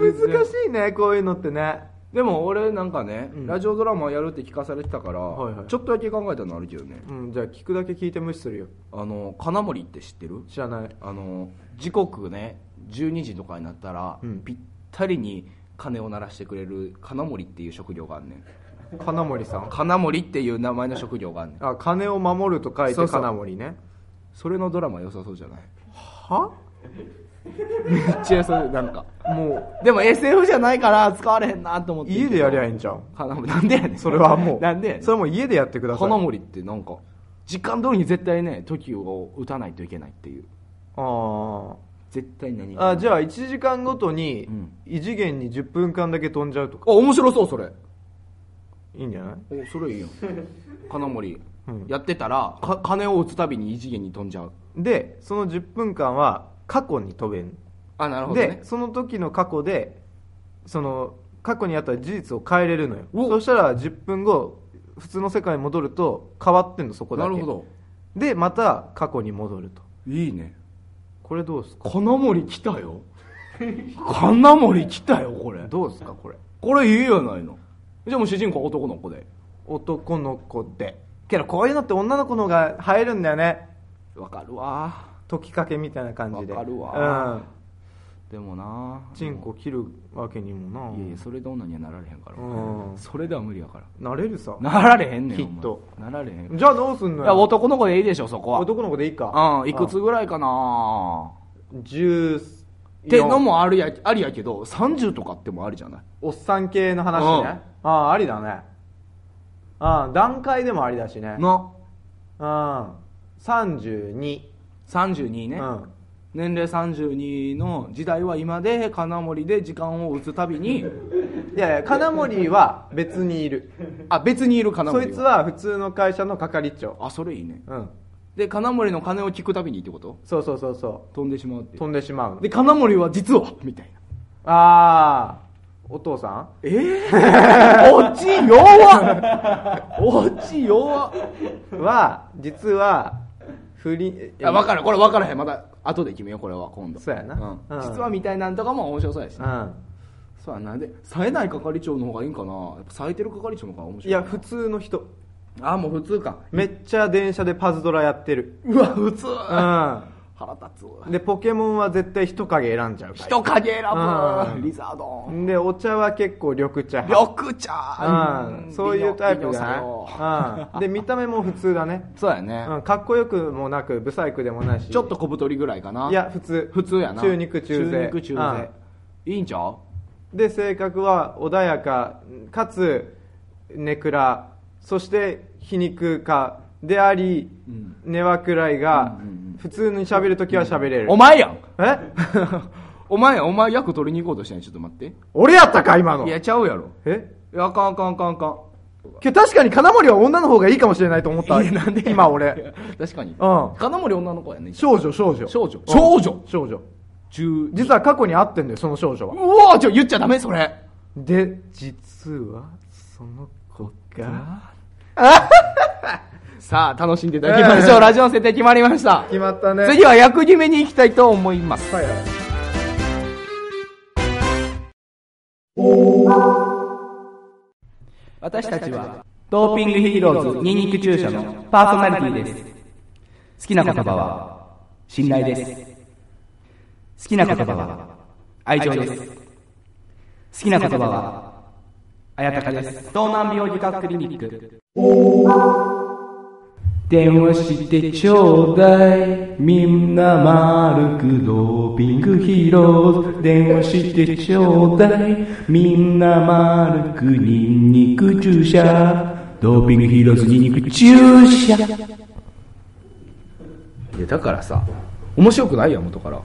全ー然難しいねこういうのってねでも俺なんかね、うんラジオドラマやるって聞かされてたから、はいはいちょっとだけ考えたのあるけどねうんじゃあ聞くだけ聞いて無視するよあの金森って知ってる知らないあの時刻ね12時とかになったら、うんぴったりに鐘を鳴らしてくれる金森っていう職業があんねん金森さん金森っていう名前の職業があんねんあ金を守ると書いそてうそう金森ねそれのドラマ良さそうじゃない はめっちゃ良さそうなんかもでも SF じゃないから使われへんなと思っうて家でやりゃいいんんじゃん金森なんでやねんそれはもう なんでやねんそれはもう家でやってください金森ってなんか時間通りに絶対ね時を打たないといけないっていうあ絶対何ああゃじゃあ1時間ごとにうん異次元に10分間だけ飛んじゃうとかあ面白そうそれいいんじゃないおそれいいよ 金森、やってたらか金を打つたびに異次元に飛んじゃうでその10分間は過去に飛べるあなるほどねでその時の過去でその過去にあった事実を変えれるのよおそしたら10分後普通の世界に戻ると変わってんのそこだなけるほどでまた過去に戻るといいねこれどうですか金森来たよ金森来たよこれどうですかこれこれいいやないのじゃあもう主人公男の子で男の子でけどこういうのって女の子の方が入るんだよねわかるわ解きかけみたいな感じでわかるわうんでもなチンコ切るわけにもないやいやそれで女にはなられへんから、うんそれでは無理やからなれるさなられへんねんきっとお前なられへんいじゃあどうすんのやよ男の子でいいでしょそこは男の子でいいかうんいくつぐらいかな10ってのもあるやありやけど30とかってもありじゃないおっさん系の話ねああありだねああ段階でもありだしねなうん32 32うね、ん年齢32の時代は今で金森で時間を打つたびにいやいや金森は別にいるあ別にいる金そ森いつは普通の会社の係長あそれいいねうんで金森の金を聞くたびにってことそうそうそうそ飛んでしまうってう飛んでしまうので金森は実はみたいなああお父さんええ オチ弱っオチ弱っは 実は不倫いいや分からんこれ分からへんまだ後で決めようこれは今度そうやなうんうん実はみたいなんとかも面白そうやしうな、んそうやなで冴えない係長の方がいいんかなやっぱ冴えてる係長の方が面白いいや普通の人あもう普通かめっちゃ電車でパズドラやってるうわ普通、うん腹立つでポケモンは絶対人影選んじゃうから人影選ぶ、うんリザードンでお茶は結構緑茶派緑茶うん、そういうタイプじだゃない、うん、で見た目も普通だね、そうやね、うん、かっこよくもなく不細工でもないしちょっと小太りぐらいかないや普通普通やな中肉中背中肉中背、いいんちゃうで性格は穏やかかつネクラそして皮肉家であり、ん根は暗いが、うんうんうん普通に喋るときは喋れる、お前やん えお前やんお前役取りに行こうとしてないちょっと待って俺やったか今のいやちゃうやろえいやあかんあかんあかんあかんけど確かに金森は女の方がいいかもしれないと思ったいやなんで今俺 確かに、うん金森女の子やね少女少女少女うん少女少女中実は過去に会ってんだよその少女はうわちょ言っちゃダメそれで実はその子がさあ楽しんでいただきましょう、ラジオの設定決まりました決まったね 次は役決めに行きたいと思います、はいはい私たちはドーピングヒーローズニンニク注射のパーソナリティです好きな言葉は信頼です好きな言葉は愛情です好きな言葉はあやたかです東南病理学クリニック電話してちょうだいみんな丸くドーピングヒーローズ電話してちょうだいみんな丸くニンニク注射ドーピングヒーローズニンニク注射いやだからさ面白くないやん元から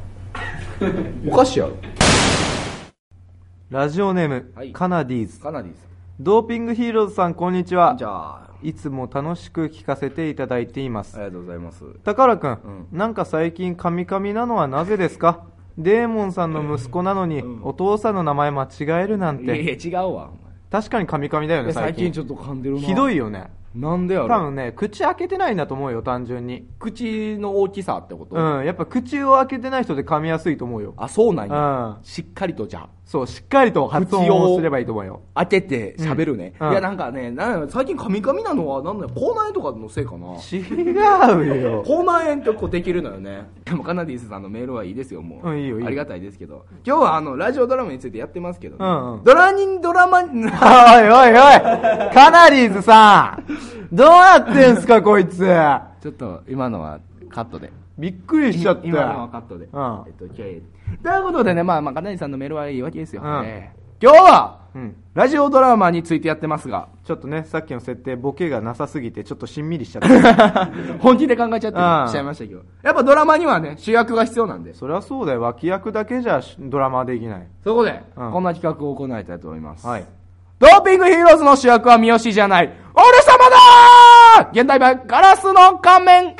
おかしいやろラジオネーム、はいカナディーズカナディさドーピングヒーローズさんこんにちはんじゃあいつも楽しく聞かせていただいていますありがとうございます宝くんん、なんか最近カミカミなのはなぜですかデーモンさんの息子なのに、お父さんの名前間違えるなんいやいてや違うわ確かにカミカミだよおね前最最近近ちょっと噛んでるなひどいいよねなんでや多ろ分ね口開けてないんだと思うよ単純に口の大きさってこと、うんやっぱ口を開けてない人で噛みやすいと思うよあそうなんうや、んしっかりとじゃあそうしっかりと発音口ををすればいいと思うよ当てて喋るね、うんいやなんかねなんや最近カミカミなのはなんだよ口内炎とかのせいかな違うよ口内炎ってこうできるのよねでもカナディースさんのメールはいいですよもう、うんいいよいいよありがたいですけど今日はあのラジオドラマについてやってますけどね、うんうんドラニンドラマいおいおいおいカナリーズさんどうやってんすかこいつちょっと今のはカットでびっくりしちゃった今のはカットで、うんえっと、OK ということでね、まあ、まあ、カナディースさんのメールはいいわけですよ、うんね今日は、うんラジオドラマについてやってま すがちょっとねさっきの設定ボケがなさすぎてちょっとしんみりしちゃった本気で考えちゃっうてんしちゃいましたけどやっぱドラマにはね主役が必要なんでそそりゃそうだよ脇役だけじゃドラマはできないこで、うんこんな企画を行いたいと思います、はいドーピングヒーローズの主役は三好じゃない俺様だー現代版ガラスの仮面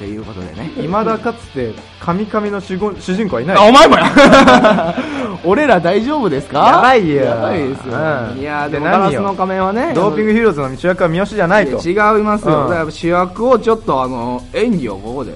ということでねいまだかつてカミカミの主語主人公はいないあお前もや 俺ら大丈夫ですかやばいよやばいですよ、うんいやーでもでガラ何スよの仮面はねドーピングヒーローズの主役は三好じゃないといや違いますよ、うんだから主役をちょっとあの演技をここで、ん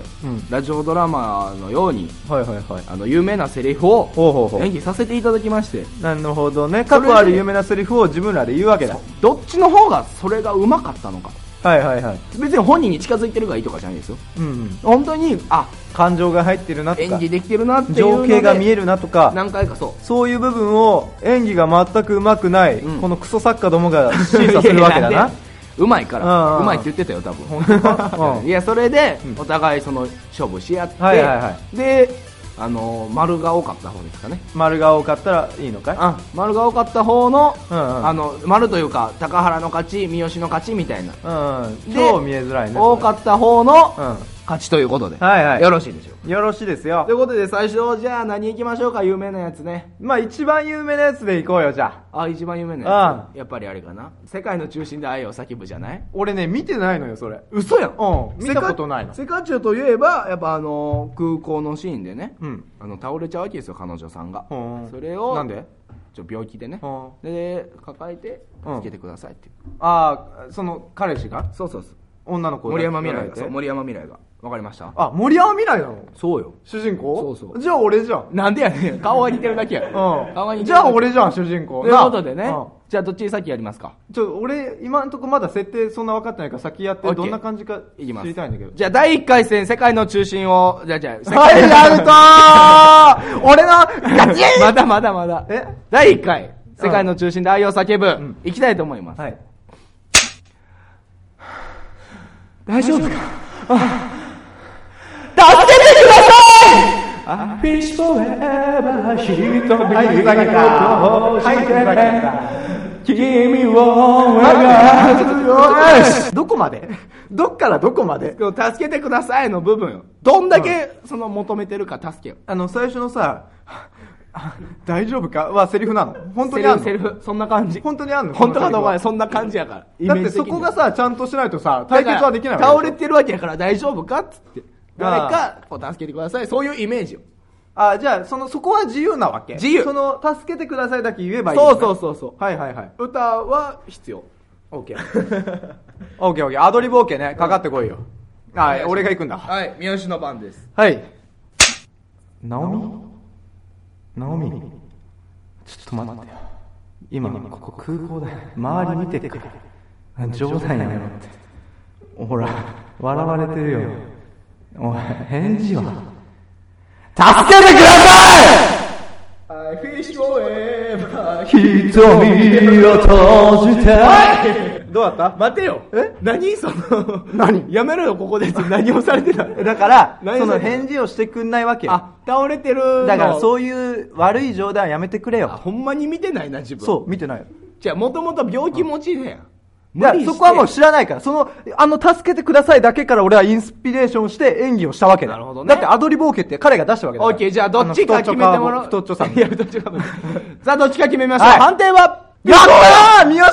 ラジオドラマのようにはいはいはいあの有名なセリフをほうほうほう演技させていただきましてなるほどね過去ある有名なセリフを自分らで言うわけだどっちの方がそれがうまかったのかはいはいはい。別に本人に近づいてるがいいとかじゃないですようんうん。本当にあ感情が入ってるなと演か技、できてるなっていうの情で景が見えるなとか、何回かそうそういう部分を演技が全くうまくない、うんこのクソ作家どもが審査するわけだ い やいやな。んでうまいかうんらうんうまいって言ってたよ多分かいやそれでうんお互いその勝負し合って、はいはいはであのー丸が多かった方ですかね丸が多かったらいいのかいあ丸が多かった方の,、うんうんあの丸というか高原の勝ち三好の勝ちみたいなうんうん。で超見えづらいね。多かった方のうん。勝ちということで、はいはいよろしいでしょうかよろしいですといよ。うことで最初じゃあ何行きましょうか有名なやつねまあ一番有名なやつでいこうよ、じゃあ。あ一番有名なやつやっぱりあれかな世界の中心で愛を叫ぶじゃない俺ね、見てないのよ、それ。嘘やんうん見たことないの世界中といえばやっぱあのー空港のシーンでね、うんあの倒れちゃうわけですよ彼女さんがうんそれをなんでちょ病気でねうんで抱えてうんつけてくださいって、ああ、その彼氏がそうそうそう女の子森山未来がそそう森山未来がわかりましたあ、森山未来なのそうよ主人公そうそうじゃあ俺じゃん。なんでやねん顔は似てるだけやうん。顔は似てるだけじゃあ俺じゃん、主人公。ということでね、なじゃあどっちに先やりますかうんちょ、俺、今んとこまだ設定そんな分かってないから、先やっオてッケーどんな感じか知いきますりたいんだけど。じゃあ第1回戦世界の中心をじゃあじゃあ世は界い、アウトー俺のガチンまだまだまだ。え第1回、世界の中心で愛を叫ぶ、んいきたいと思います。はい。大丈夫かはい、はい、どこまでどっからどこまででも助けてくださいの部分よ。どんだけ、その求めてるか助けよ。あの、最初のさ、 あ大丈夫かはセリフなの。本当にあんのセリフ、セリフそんな感じ。本当にあんの本当かどうかねこそんな感じやから。のセリフはだってそこがさ、ちゃんとしないとさ、対だか決らはできないわけ倒れてるわけやから大丈夫かっつって。誰ああか、こう助けてください。そういうイメージよ。あ、じゃあ、その、そこは自由なわけ自由その、助けてくださいだけ言えばいい、。そうそううそうそはいはいはい。う。歌は必要。オッ ケー。オッケーオッケー。アドリブオッケーね。かかってこいよ。あ、俺が行くんだ。はい、三好の番です。はい。ナオミナオミちょっと待ってよ。今、ここ空港だよ。周り見ててくれ。冗談やめろって。ほら、笑われてるよ。おい、返事は。助けてください瞳を閉じて どうだった待てよえ何その 何やめろよここで何をされてただから、何そのそれ返事をしてくんないわけよ。あ倒れてるのだからそういう悪い冗談はやめてくれあよ。ほんまに見てないな自分そう、見てないよ。じゃあもともと病気持ちだよいや、そこはもう知らないから、その、あの、助けてくださいだけから俺はインスピレーションして演技をしたわけだ。なるほどねだってアドリブオーケーって彼が出したわけだオから。ッケーじゃあどっちか決めてもらおう太っちょさん。いやどっ ちかもさあどっちか決めましょう、はい判定はやったー三好だ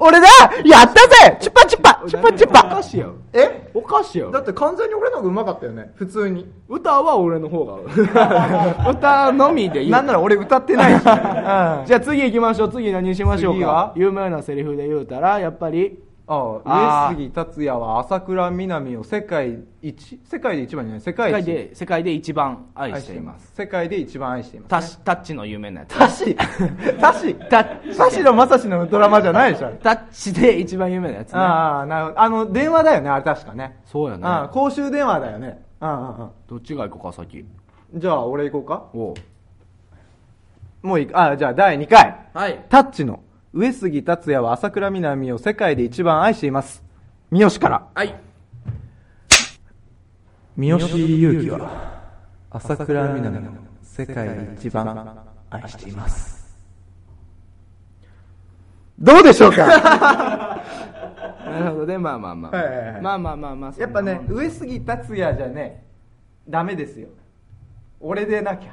俺だやったぜチュッパチュッパチュッパチュッおかパしいよえおかしいよて完全に俺の方がうまかったよね、普通に。歌は俺の方が歌のみでいいなんなら俺歌って ないし。あじゃあ次行きましょう次何にしましょう次はか有名なセリフで言うたらやっぱりあ、上杉達也は朝倉みなみを世界一世界で一番じゃない世世界界一で世界で一番愛愛しています。世界で一番愛しています。タッタッチの有名なやつタシ タシタッチタシのまさしのドラマじゃない でしょあれタッチで一番有名なやつねああ、なるほど。あの、電話だよね、あれ確かね。そうやねああ公衆電話だよね。うんうんどっちが行こうか先うん。じゃあ、俺行こうか。おうもういいああ、じゃあ第2回。はいタッチの、上杉達也は朝倉みなみを世界で一番愛しています。三好から。はい三好勇気は、朝倉みなみを世界で一番愛しています。どうでしょうかなるほどねまあまあまあ、はいはいはいまあまあまあまあやっぱね、上杉達也じゃね、ダメですよ。俺でなきゃ。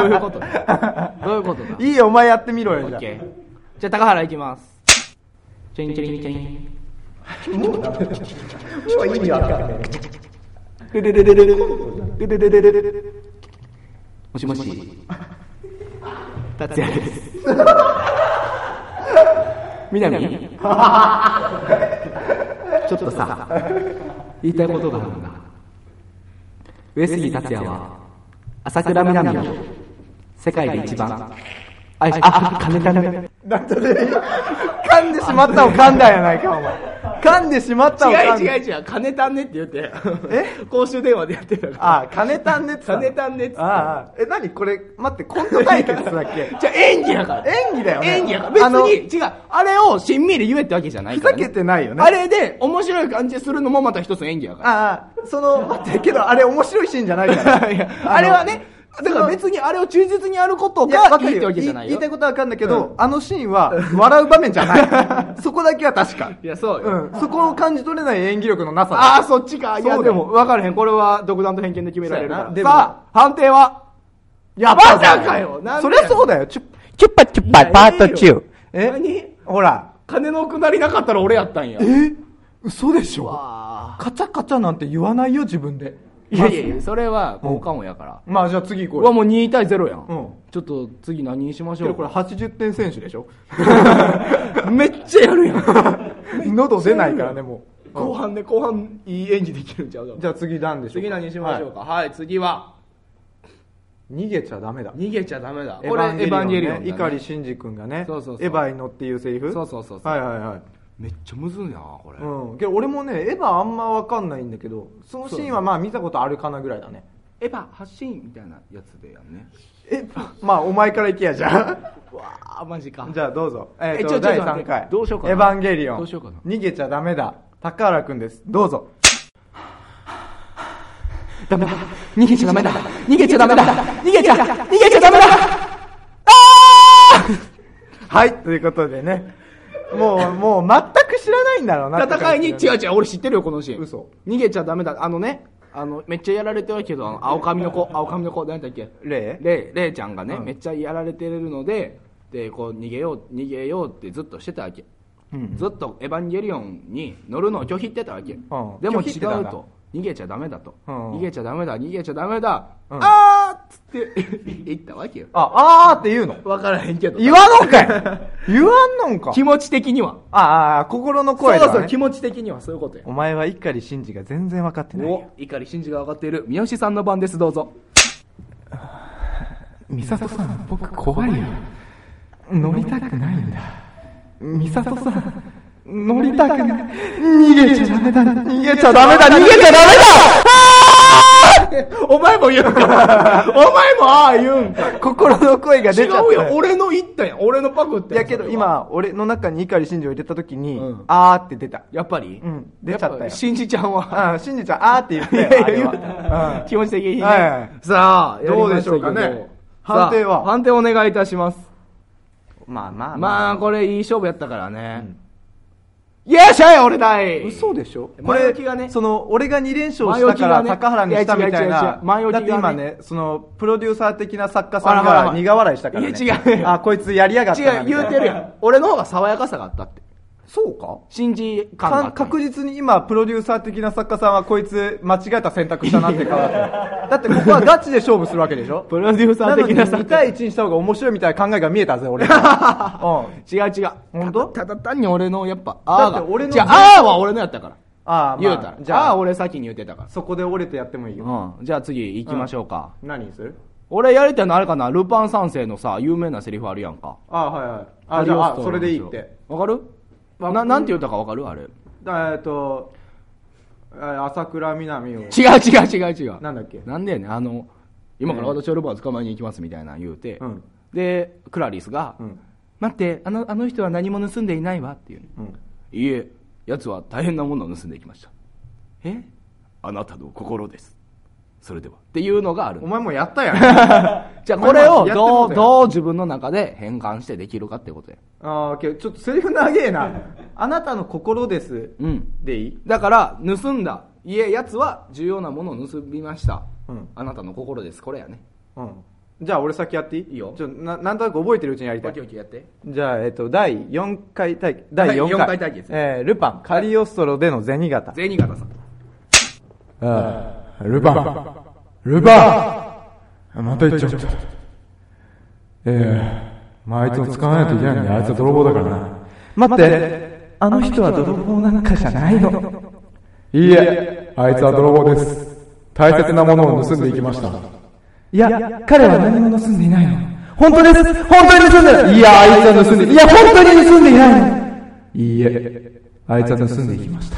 どういうことだどういうことだ いいよ、お前やってみろオよ、じゃッあ。ケーじゃあ高原行きますチェンチェリンチェンいいよ、もしもし達也です南ちょっとさ言いたいことがあるんだ上杉達也は朝倉南を世界で一番愛しあ金だね金噛んでしまったを噛んだんやないか、お前。噛んでしまったを噛ん違う違だ。う違う、金足んねって言って、え 公衆電話でやってたから。ああ、金たんねっつったの金たんねっつったのああえ、何 これ、待って、コント対決だっけ じゃあ演技やから。演技だよね演技やから。あの別に、違う。あれをしんみり言えってわけじゃないふかざら、ね。けてないよね。あれで面白い感じするのもまた一つの演技やから。ああ、その、待って、けどあれ面白いシーン じゃないから。いやのあれはね、だから別にあれを忠実にやることいや、わがかいいるってよ。わけ言じいゃない言いよたい。ことはわかんだけど、あのシーンは笑う場面じゃ ない。そこだけは確か。いや、そうよ。うん。そこを感じ取れない演技力のなさだああ、そっちか。いそうだや、よでも、分からへん。これは独断と偏見で決められるそうやかなでら。もさあ、判定はやっまぱさかよなんでそりゃそうだよ。チュッチュッパチュッパパート2。え何ほら。金のくなりなかったら俺やったんや。え嘘でしょあカチャカチャなんて言わないよ、自分で。ーいやいやいや、それは、効果音やから。まあじゃあ次行うこわ、うよ。もう2対0やん。うんちょっと、次何にしましけょどうこれか。 80点選手でしょ めっちゃやるやん。喉出ないからね、も後半ね、後半、いい演技できるんちゃうかう。じゃあ次なんでしょうか次何にしましょうか。はい、次は、はい逃げちゃダメだ。逃げちゃダメだ。ここれれ、エエヴヴァァンンゲゲリリオオン、ン。ね。碇シンジ君がね、そうそうそうエヴァに乗っていうセリフそうそうそうそうはいはいはい。めっちゃむずいな、これ。うん。けど俺もね、エヴァあんまわかんないんだけど、そのシーンはまあ見たことあるかなぐらいだね。エヴァ発信みたいなやつでやんね。え、 まあお前から行けや、じゃあ。 わあ、マジか。じゃあどうぞ。えっえと、ちょちょ第ちょ待3って回。どうしようかなエヴァンゲリオン。どうしようかな逃げちゃダメだ。高原くんです。どうぞ。 ダメだ。逃げちゃダメだ。逃げちゃダメだ。逃げちゃ、逃げちゃダメだ。はい、ということでね。もう、もう全く知らないんだろうな。戦いに、違う違う、俺知ってるよ、このシーン。嘘。逃げちゃダメだ。あのね、あの、めっちゃやられてるけど、あの、青髪の子、青髪の子、何だっけ例レイ、レイちゃんがね、めっちゃやられてるので、で、こう、逃げよう、逃げようってずっとしてたわけ。ずっとエヴァンゲリオンに乗るのを拒否ってたわけ。でも拒否っ違てうたんだと。逃げちゃダメだと。うん逃げちゃダメだ、逃げちゃダメだ。うんあーっつって 言ったわけよ。あ、あーって言うのわからへんけど。言わんのんかい 言わんのんか気持ち的には。ああああ、心の声だ、そうね。そう、気持ち的にはそういうことや。お前は碇シンジが全然分かってないおよ。、碇真司が上がっている三好さんの番です、ど うぞ。美里さん、僕怖いよ。飲みたくないんだ。美里さん、乗りたくない。逃げちゃダメだ。逃げちゃダメだ。逃げちゃダメだお前も言うんか。お前もああ言うんか。心の声が 違出うちゃった。よ、俺の言ったやん。俺のパクっていやけど、今、俺の中に碇シンジを入れた時に、うんあーって出た。やっぱりうん出ちゃったよやぱ真司ちゃんは。ああ、シンジちゃん、あーって言っていやいあやれは言うん気持ち的にねはいはいさあ、やりどうまでししたょけうかどねさあ判定は判定お願いいたします。まあまあまあ、これいい勝負やったからね。よっしゃい、俺だい嘘でしょこ前れ置きがねその俺が2連勝したから前置きがね高原にしたみたいいや違う違う違なう前置だっきてがね今ねそのプロデューサー的な作家さんあらあらがあら苦笑いしたからねいや違うよあこいつやりやがった違なう、みたい言なうてるやん。俺の方が爽やかさがあったって。そうか真司感があかったんや。確実に今プロデューサー的な作家さんはこいつ間違えた選択したなって顔だっただってここはガチで勝負するわけでしょプロデューサなーのに的な2対1にした方が面白いみたいな考えが見えたぜ俺うん違う違う。本当ただただ単に俺の、やっぱ、あーだが。って俺の違う、あーは俺のやったから。ああ、まあ、言うたら。じじゃゃああー俺先に言ってたから。そこで折れてやってもいいよ、うん。じゃあ次行きましょうか。何にする俺やりたいのあれかな、ルパン三世のさ、有名なセリフあるやんか。ああはいはいあじゃああアリオストそロれの人でいいって。わかるな、なんて言ったかわかるあれ。違うだえっとえー朝倉みなみを違う違う違う。なんだっけなんでね、あの、今から私はルパン捕まえに行きますみたいな言うて、うんで、クラリスが、うん待って、あの、あの人は何も盗んでいないわっていう、ね。うんいいえ、奴は大変なものを盗んでいきました。えあなたの心です。それでは。っていうのがあるお。前もうやったやんあじゃあこれをお前もやってもうたどう、よどう自分の中で変換してできるかってことや。あけどちょっとセリフ長えなあなたの心ですうん。でいいだから、盗んだ。いえ、奴は重要なものを盗みました。うんあなたの心です。これやね。うんじゃあ俺先やっていいいいよちょななんとなく覚えてるうちにやりたオいッケーオッケーやって。じゃあ、えっと、第4回対決第4回第四回対決えールパンカリオストロでの銭形銭形さん。ああ、ルパン。ルパンまた行っちゃった。ええ、まああいつを使わないといけないんだよ。あいつは泥棒だからな。待ってあの人は泥棒なんかじゃないの。 いいえ、あいつは泥棒です。大切なものを盗んでいきました。いや彼は何も盗んでいないの。本当です本当に盗んでいや、あいつは盗んでいや、本当に盗んでいないの。いいえ、あいつは盗んでいきました。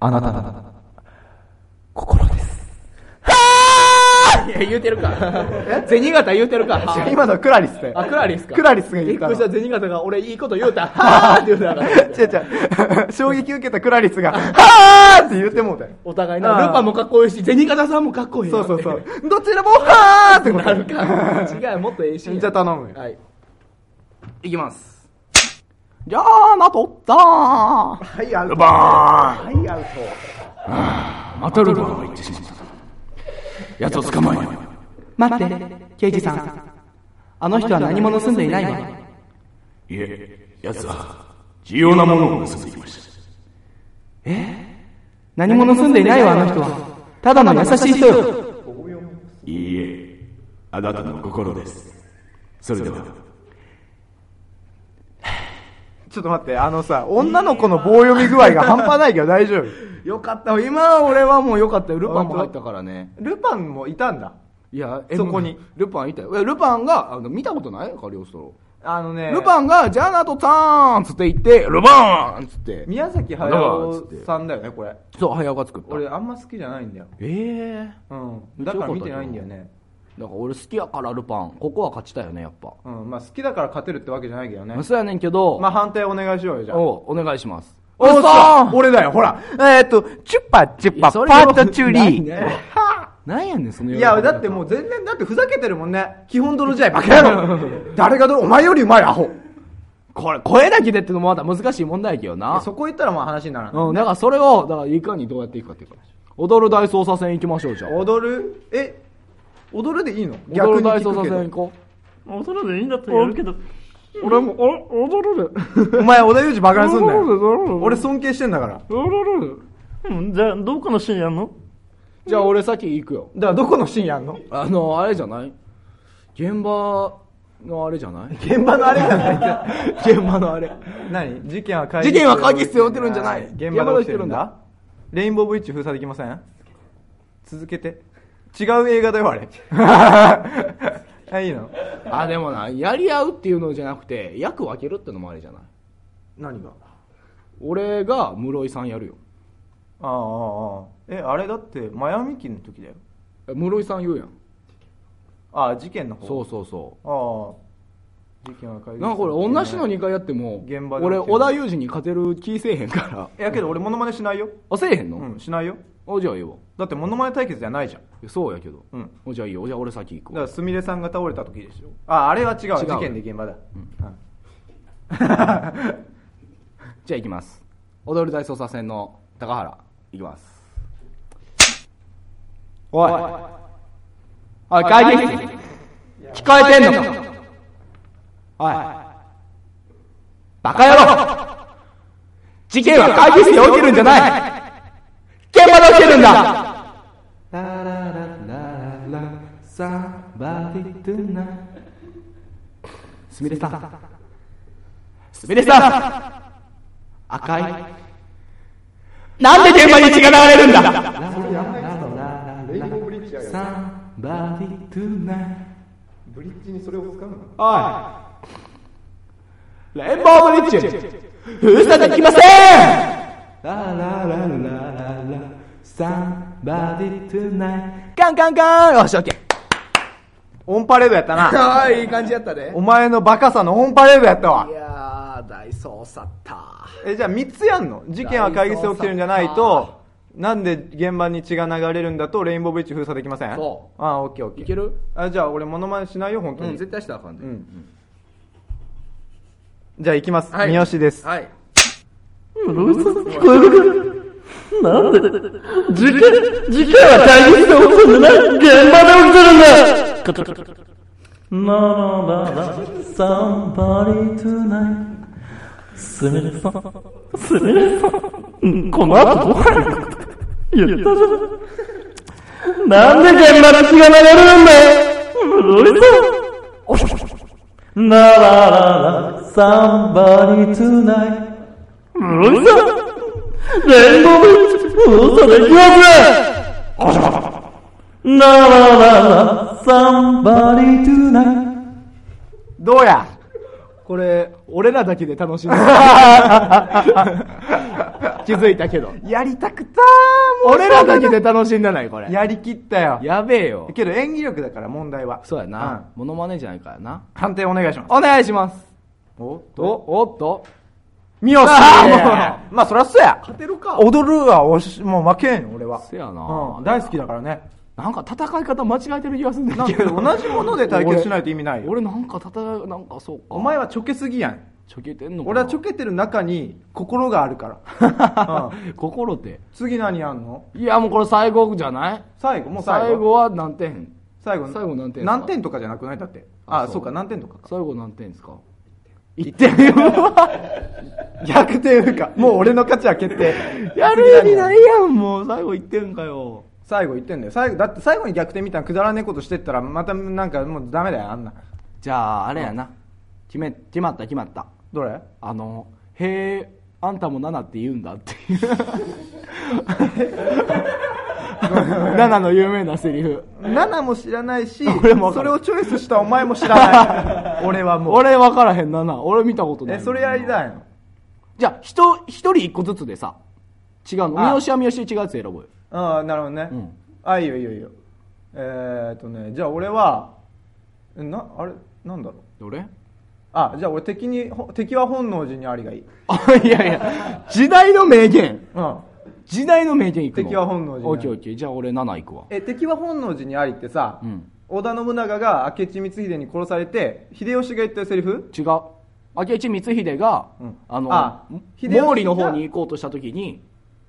あなたの心です。いや、言うてるか。銭形言うてる か。今のはクラリスだよあ、クラリスか。クラリスが言ったのびっくりした銭形が俺いいこと言 うた。はぁって言うたから。違う違う衝撃受けたクラリス が「はあ!」って言ってもうたよお互いあな、ールパンもかっこいいし、銭形さんもかっこいい。そうそうそ。うどちらも「はあ!」ってこと なる か。違う、もっとええシーンや。じゃあ頼むよはい。いきます。じゃあなとったはいアウトバーンはいアウマトルドが言ってしまった。やつを捕まえよう。待って、刑事さん。あの人は何も盗んでいないわ。いえ、奴は重要なものを盗んでいました。何も盗んでいないわ、あの人は。ただの優しい人よ。いいえ、あなたの心です。それでは、トちょっと待ってあのさ女の子の棒読み具合が半端ないけど大丈夫よかった。今俺はもうよかったよ。ルパンも入ったからね。ルパンもいたんだいや、そこに M ルパンいたよ。いやルパンが、あの、見たことないカリオストロ。あのねルパンが、ジャーナとターンつって言って、ルパーンつって。宮崎駿さんだよねこれそう、早岡作った。俺あんま好きじゃないんだよええー。うんだから見てないんだよねだから俺好きやから、ルパン。ここは勝ちたいよね、やっぱ。うんまあ好きだから勝てるってわけじゃないけどねそうやねんけど、まあ反対お願いしようよじゃあおお願いします。おっさ俺だよ、ほら。えーっと、チュッパチュッパ、それパートチュリな ー。なんやねん、そのいや、だってもう全然、だってふざけてるもんね。基本 泥試合バカ野 郎。誰が泥、お前よりうまい、アホ。これ、声だけでってのもまた難しい問題やけどな。そこ行ったらまあ話にならない。うん、だからそれを、だからいかにどうやっていくかっていうか。踊る大捜査線行きましょう、じゃあ。踊るえ踊るでいいの踊逆るに大聞捜査くけ線ど。行こ踊るでいいんだったらやるけど、俺も、お、踊るで。お前、小田裕二バカにすん なよ。踊るで。俺尊敬してんだから。だか踊るで。うん、じゃあ、どこのシーンやんのう。じゃあ俺先行くよ。らどこのシーンやんのあの、あれじゃない現場のあれじゃない現場のあれじゃ ない現場のあれ。何事件は会議事件は会議室で起きてるんじゃない現場で起きてるんだ。レインボーブリッジ封鎖できません続けて。違う映画だよ、 あれ。あ、いいのあ、でもな、やり合うっていうのじゃなくて、役分けるってのもあれじゃない何が俺が室井さんやるよ。ああ、ああ。え、あれだって、マヤミ期の時だよ。え室井さん言うやん。ああ、事件の方。そうそうそう。ああ。事件は会議室なんかこれ、同じの2回やっても、現場で俺、織田裕二に勝てる気せえへんから。 いやけど俺モノマネしないよ。あ、せえへんの、うん、しないよ。あ、じゃあいいわ。だってモノマネ対決じゃないじゃん。いやそうやけど。うんあじゃあいいよ。じゃあ俺先行だくかわら。すみれさんが倒れた時でしょああれは違う違う事件で現場だ、うんじゃあ行きます。踊る大捜査線の高原、行きます。おいおい、会議聞こえてんのかおい。バカ野郎事件は会議室で起きるんじゃない現場で起きてるんだすみれさん。すみれさん赤い。なんで現場に血が流れるんだバディトゥナイレインボーブリッジ封鎖できませんララララララサンバディトゥナイカンカンカンよし、オッケー。オンパレードやったなああ、 いい感じやったねお前のバカさのオンパレードやったわいやー、大捜査った。えじゃあ3つやんの事件は会議室で起きてるんじゃないとなんで現場に血が流れるんだとレインボーブリッジ封鎖できませんそうああオッケーオッケーいけるあじゃあ俺モノマネしないよ本当に、うん、絶対したらあかんで。うんじゃあ行きます、三好ですはい。なんで事件、事件は会議室で起きてるんだ現場で起きてるんだララララ、somebody tonight。すみれさん、すみれさん、この後ご飯言ったじゃん。なんで現場の血が流れるんだよ室井さん。ララララ、somebody tonight。室井さん、レインボーブリッジ、嘘できますねララララ、somebody tonight。どうやこれ俺らだけで楽 しんでる気づいたけどやりたくたーもう俺らだけで楽しんだないこれや やりきったよべえよけど演技力だから問題はそうやな、モノマネじゃないからなうん判定お願いしますお願いしますおっおおっと三好あーまあそりゃそうや勝てるか踊るはおしもう負けんよ俺はせやな、うん、大好きだからねなんか戦い方間違えてる気がするんだなんけかけどど同じもので対決しないと意味 ないよ俺なんか戦いなんかそうかお前はちょけすぎやんちょけてんのかな俺はちょけてる中に心がある から、うん、心って次何やんのいやもうこれ最後じゃない最後もう最後最後は何点最後最後何点何点とかじゃなくないだってああそうそうか何点とかか 最後何点ですか1点よ逆転かもう俺の勝ちは決定 やる意味ないやんもう最後1点かよ最後言ってんだよ最後だって最後に逆転みたいなくだらねえことしてったらまたなんかもうダメだよあんなじゃああれやな、決め決まった決まったどれあの「へえあんたも7って言うんだ」って いう7の有名なセリフ7も知らないし 俺もわそかれるをチョイスしたお前も知らない俺はもう 俺分からへん7俺見たことないえそれやりたいのじゃあ人一人一個ずつでさ違うのあ三好は三好で違うやつ選ぼうよああなるほどね、うんあいいよいいよいいよえー、っとねじゃあ俺はえなあれなんだろうどれあじゃあ俺敵にほ敵は本能寺にありがいい、あ いやいや時代の名言うん、時代の名言いくの敵は本能寺にあるオッケーオッケーじゃあ俺7いくわえ敵は本能寺にありってさ、うん織田信長が明智光秀に殺されて秀吉が言ったセリフ違う明智光秀が、うんあのあ秀吉が毛利の方に行こうとした時に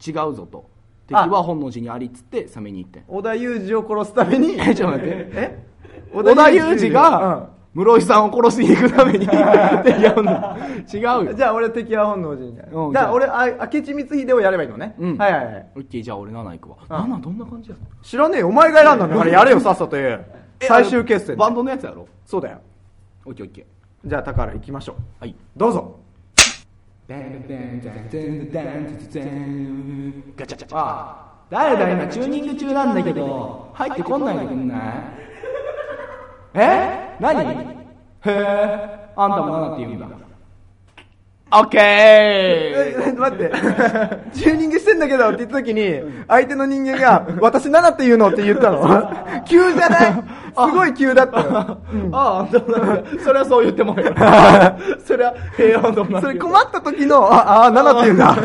違うぞと敵は本能寺にありっつって攻めに行ってん織田裕二を殺すために えちょっと待ってえ織田裕二うんが室井さんを殺しに行くために 敵は違うよじゃあ俺敵は本能寺にありうんだから俺あ明智光秀をやればいいのね、うんはいはいはいオッケーじゃあ俺7いくわあ7どんな感じやの知らねえよお前が選んだんだからやれよさっさと言えよえ最終決戦バンドのやつやろそうだよオッケーオッケーじゃあ宝行きましょうはいどうぞガチャガチャあ誰だ今チューニング中なんだけど入ってこんないでくんないえ何へえあんたもなって言うんだオッケえーえ待って チューニングしてんだけどって言った時に相手の人間 が「私7って言うの?」って言ったの急じゃないすごい急だった よああんたもなんだ それはそう言ってもらえる それは平穏ともなそれ困った時の「ああ7って言うんだ」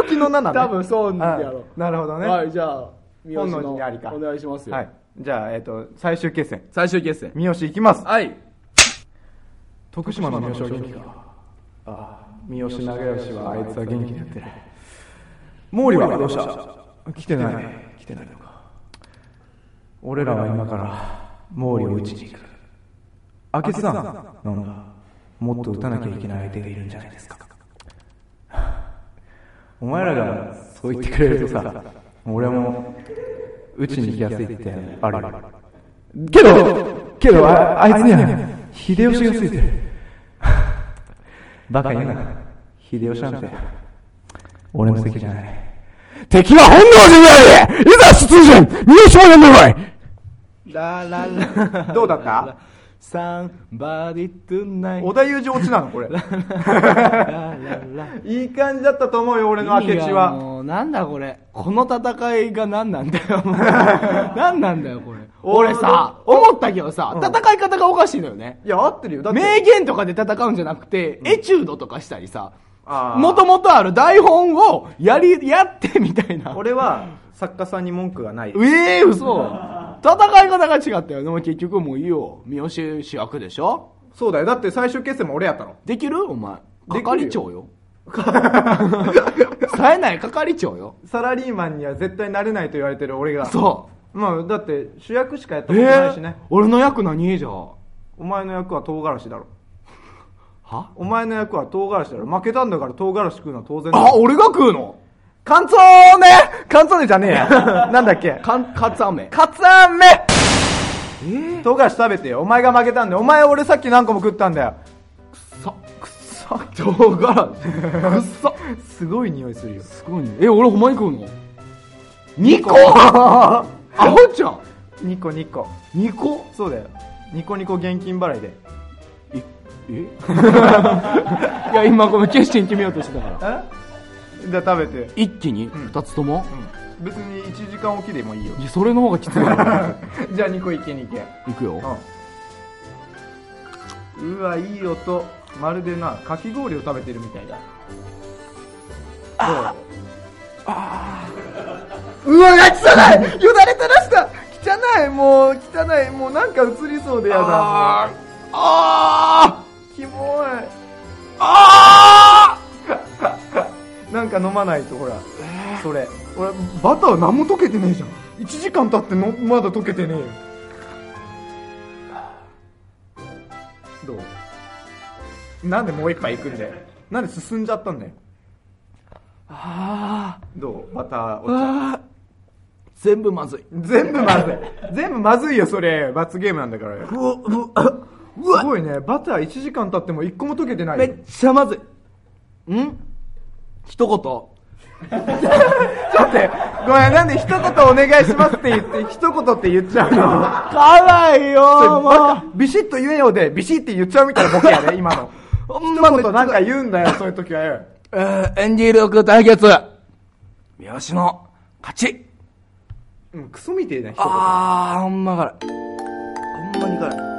驚きの7ね多分そうやろあなるほどねはいじゃあ三好本能寺にありかお願いしますよ、はいじゃあえっと最終決戦最終決戦三好いきますはい徳島の三好は元気かああ三好長吉はあいつは元気になってない毛利はどうした来てない来てないのか俺らは今から毛利を打ちに行く明智さんなんだもっと打たなきゃいけない相手がいるんじゃないですか お前らがそう言ってくれるとさ俺も打ちに行きやすいってあるけどけどああいつには秀吉がついてる バカ言うな秀吉なんて俺の席じゃない敵は本能寺にありいざ出陣 三好も呼んでこいラララ どうだったサンバディトゥナイ織 田裕二落ちなのこれ いい感じだったと思うよ俺の明智はもうなんだこれこの戦いが何なんだよ もう何なんだよこれ俺さ思ったけどさ戦い方がおかしいのよねいや合ってるよだって名言とかで戦うんじゃなくて、エチュードとかしたりさあーもともとある台本をやりやってみたいな俺は作家さんに文句がないええ嘘戦い方が違ったよでも結局もういいよ三好主役でしょそうだよだって最終決戦も俺やったのできるお前できるよ係長よ 冴えない係長よサラリーマンには絶対なれないと言われてる俺がそうまあだって主役しかやったう、ことないしね、俺の役何じゃあお前の役は唐辛子だろはお前の役は唐辛子だろ負けたんだから唐辛子食うのは当然だあろ俺が食うのカンツォーネカンツォーネじゃねえや なんだっけかんかつあめカツアンメ唐辛子食べてよお前が負けたんだよお前俺さっき何個も食ったんだよさくさ 唐辛子くっさすごい匂いするよすごいねえ俺ほんまに食うの2個あアホちゃん2個2個2個そうだよニコニコ現金払いでい いや今この決心決めようとしてたからじゃあ食べて一気に2つとも、別に1時間おきでもいいよいやそれの方がきつい わ じゃあ2個いけ2けいくようんうわいい音まるでなかき氷を食べてるみたいだどううわ汚いよだれ垂らした汚いもう汚いもうなんか映りそうでやだああキモいああ なんか飲まないとほらそれ俺バター何も溶けてねえじゃん1時間経ってのまだ溶けてねえよ どうなんでもう一杯いくんだよなんで進んじゃったんだよああどうバターお茶全部まずい全部まずい全部まずいよそれ罰ゲームなんだからよすごいねバター1時間経っても1個も溶けてないめよっちゃまずいん一ち言ょっと待ってごめんなんで一言お願いしますって言って一言って言っちゃうの辛いよバカビシッと言えよでビシッて言っちゃうみたいなボケやね今 の一言なんか言うんだよそういう時はよえー、演技力対決三好の勝ちうんクソみてえな一あーほんま辛いほんまに辛い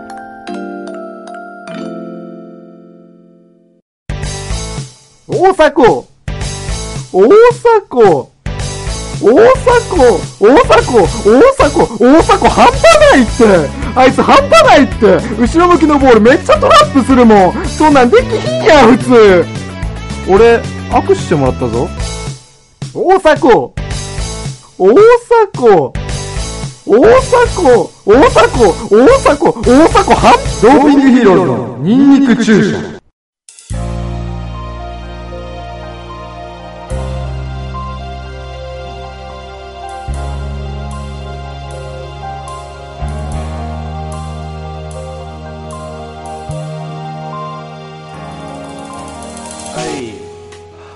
大阪大阪大阪大阪大阪大阪半端ないって あいつ半端ないって後ろ向きのボールめっちゃトラップするもんそんなんできひんやん普通俺握手してもらったぞ大阪大阪大阪大阪大阪大阪半ドーピングヒーローズのニンニク注射は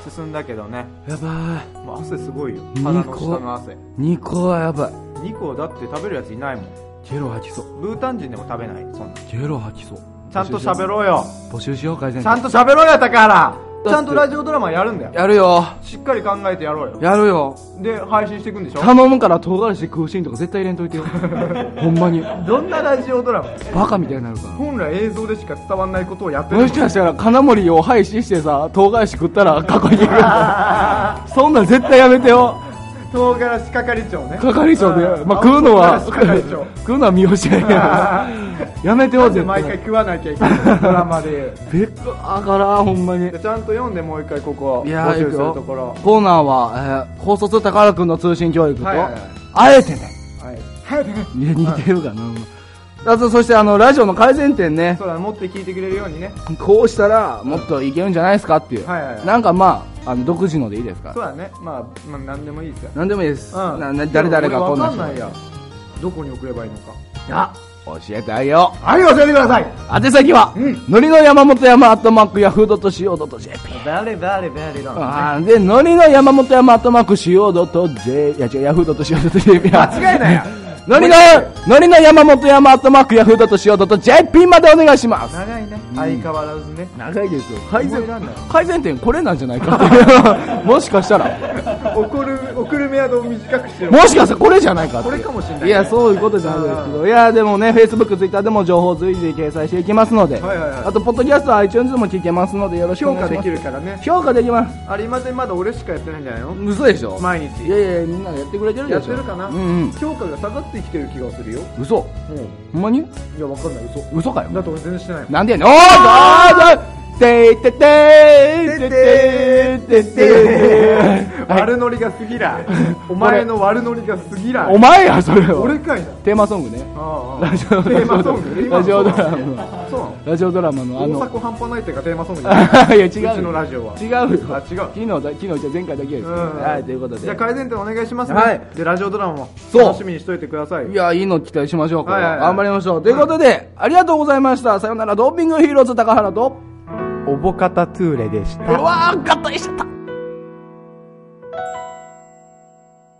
い進んだけどねやばいもう汗すごいよ二個鼻の下の汗2個はやばい2個だって食べるやついないもんゲロ吐きそうブータン人でも食べないそんなゲロ吐きそうちゃんと喋ろうよ募集しよう改善ちゃんと喋ろうよ高原ちゃんとラジオドラマやるんだよやるよしっかり考えてやろうよやるよで配信していくんでしょ 頼むから唐辛子食うシーンとか絶対入れんといてよ ほんまにどんなラジオドラマバカみたいになるから本来映像でしか伝わんないことをやってるもしかしたら金森を廃止してさ唐辛子食ったら過去に行くん だそんなん絶対やめてよ唐辛子係長ね係長で、まあ、あ食うのは唐辛子係長 食うのは三好やけ どやめてよなんで絶毎対回食わなきゃいけないドラマで 言うべっかあからほんまにでちゃんと読んでもう一回ここいや募集ーすいくるよところコーナーは、えー、高卒宝くんの通信教育と、はいはいはいあえてねはいいや似てるかな、あとそしてあのラジオの改善点ねそうだ持って聞いてくれるようにねこうしたらもっといけるんじゃないですかっていう、はいはいはいなんかまああの独自のでいいですからそうだねまあ、まあ、何でもいいですよなんでもいいです、うんなな誰々がこんな分人かんないやどこに送ればいいのか教えてあげよはい教えてくださいう宛先は、のりの山本山アットマークヤフー .co.jp バレバレバレだあーで、のりの山本山アットマーク CO.j、いや違う、ヤフー .co.jp 間間違いないやのりの、のりの山本山アットマークヤフー .co.jp までお願いします長いね相変わらずね長いですよ。改思善いらんなよ、 改善点これなんじゃないかっていう もしかしたら、送る送るメアドを短くしようもしかしたらこれじゃないかっていう。これかもしんないねいや、そういうことじゃないですけど。いや、でもね、Facebook、Twitter でも情報随時掲載していきますので。はいはいはいあと、ポッドキャスト、iTunes も聞けますので、よろしくお評願価いしでます。きるからね評価できます。あれまでまだ俺しかやってないんじゃないの嘘でしょ毎日いやいや、みんなやってくれてるでしやょってるかな、うんうん。評価が下がってきてる気がするよ嘘うんほんまにいやわかんない嘘嘘かだよって俺全然してないもんなんでやねんおーだーてーてーてーてーてーてーてーはい悪ノリが過ぎ らお前の悪ノリが過ぎらお前やそれは俺かいなテーマソングねああああラジオ テーマソングラジオドラママそうなのラジオドラマのあ大の阪半端ないっていうかテーマソングじゃないあ いや違うちのラジオはう違うよあ違う昨日だ昨日じゃ前回だけですうんはいということじゃあで改善点お願いしますね、はいでラジオドラマもそう楽しみにしといてくださいいやいいの期待しましょうこれはいはいはい頑張りましょうということでありがとうございましたさよならドーピングヒーローズ高原とおぼかたトゥーレでしたうわー合体しちゃった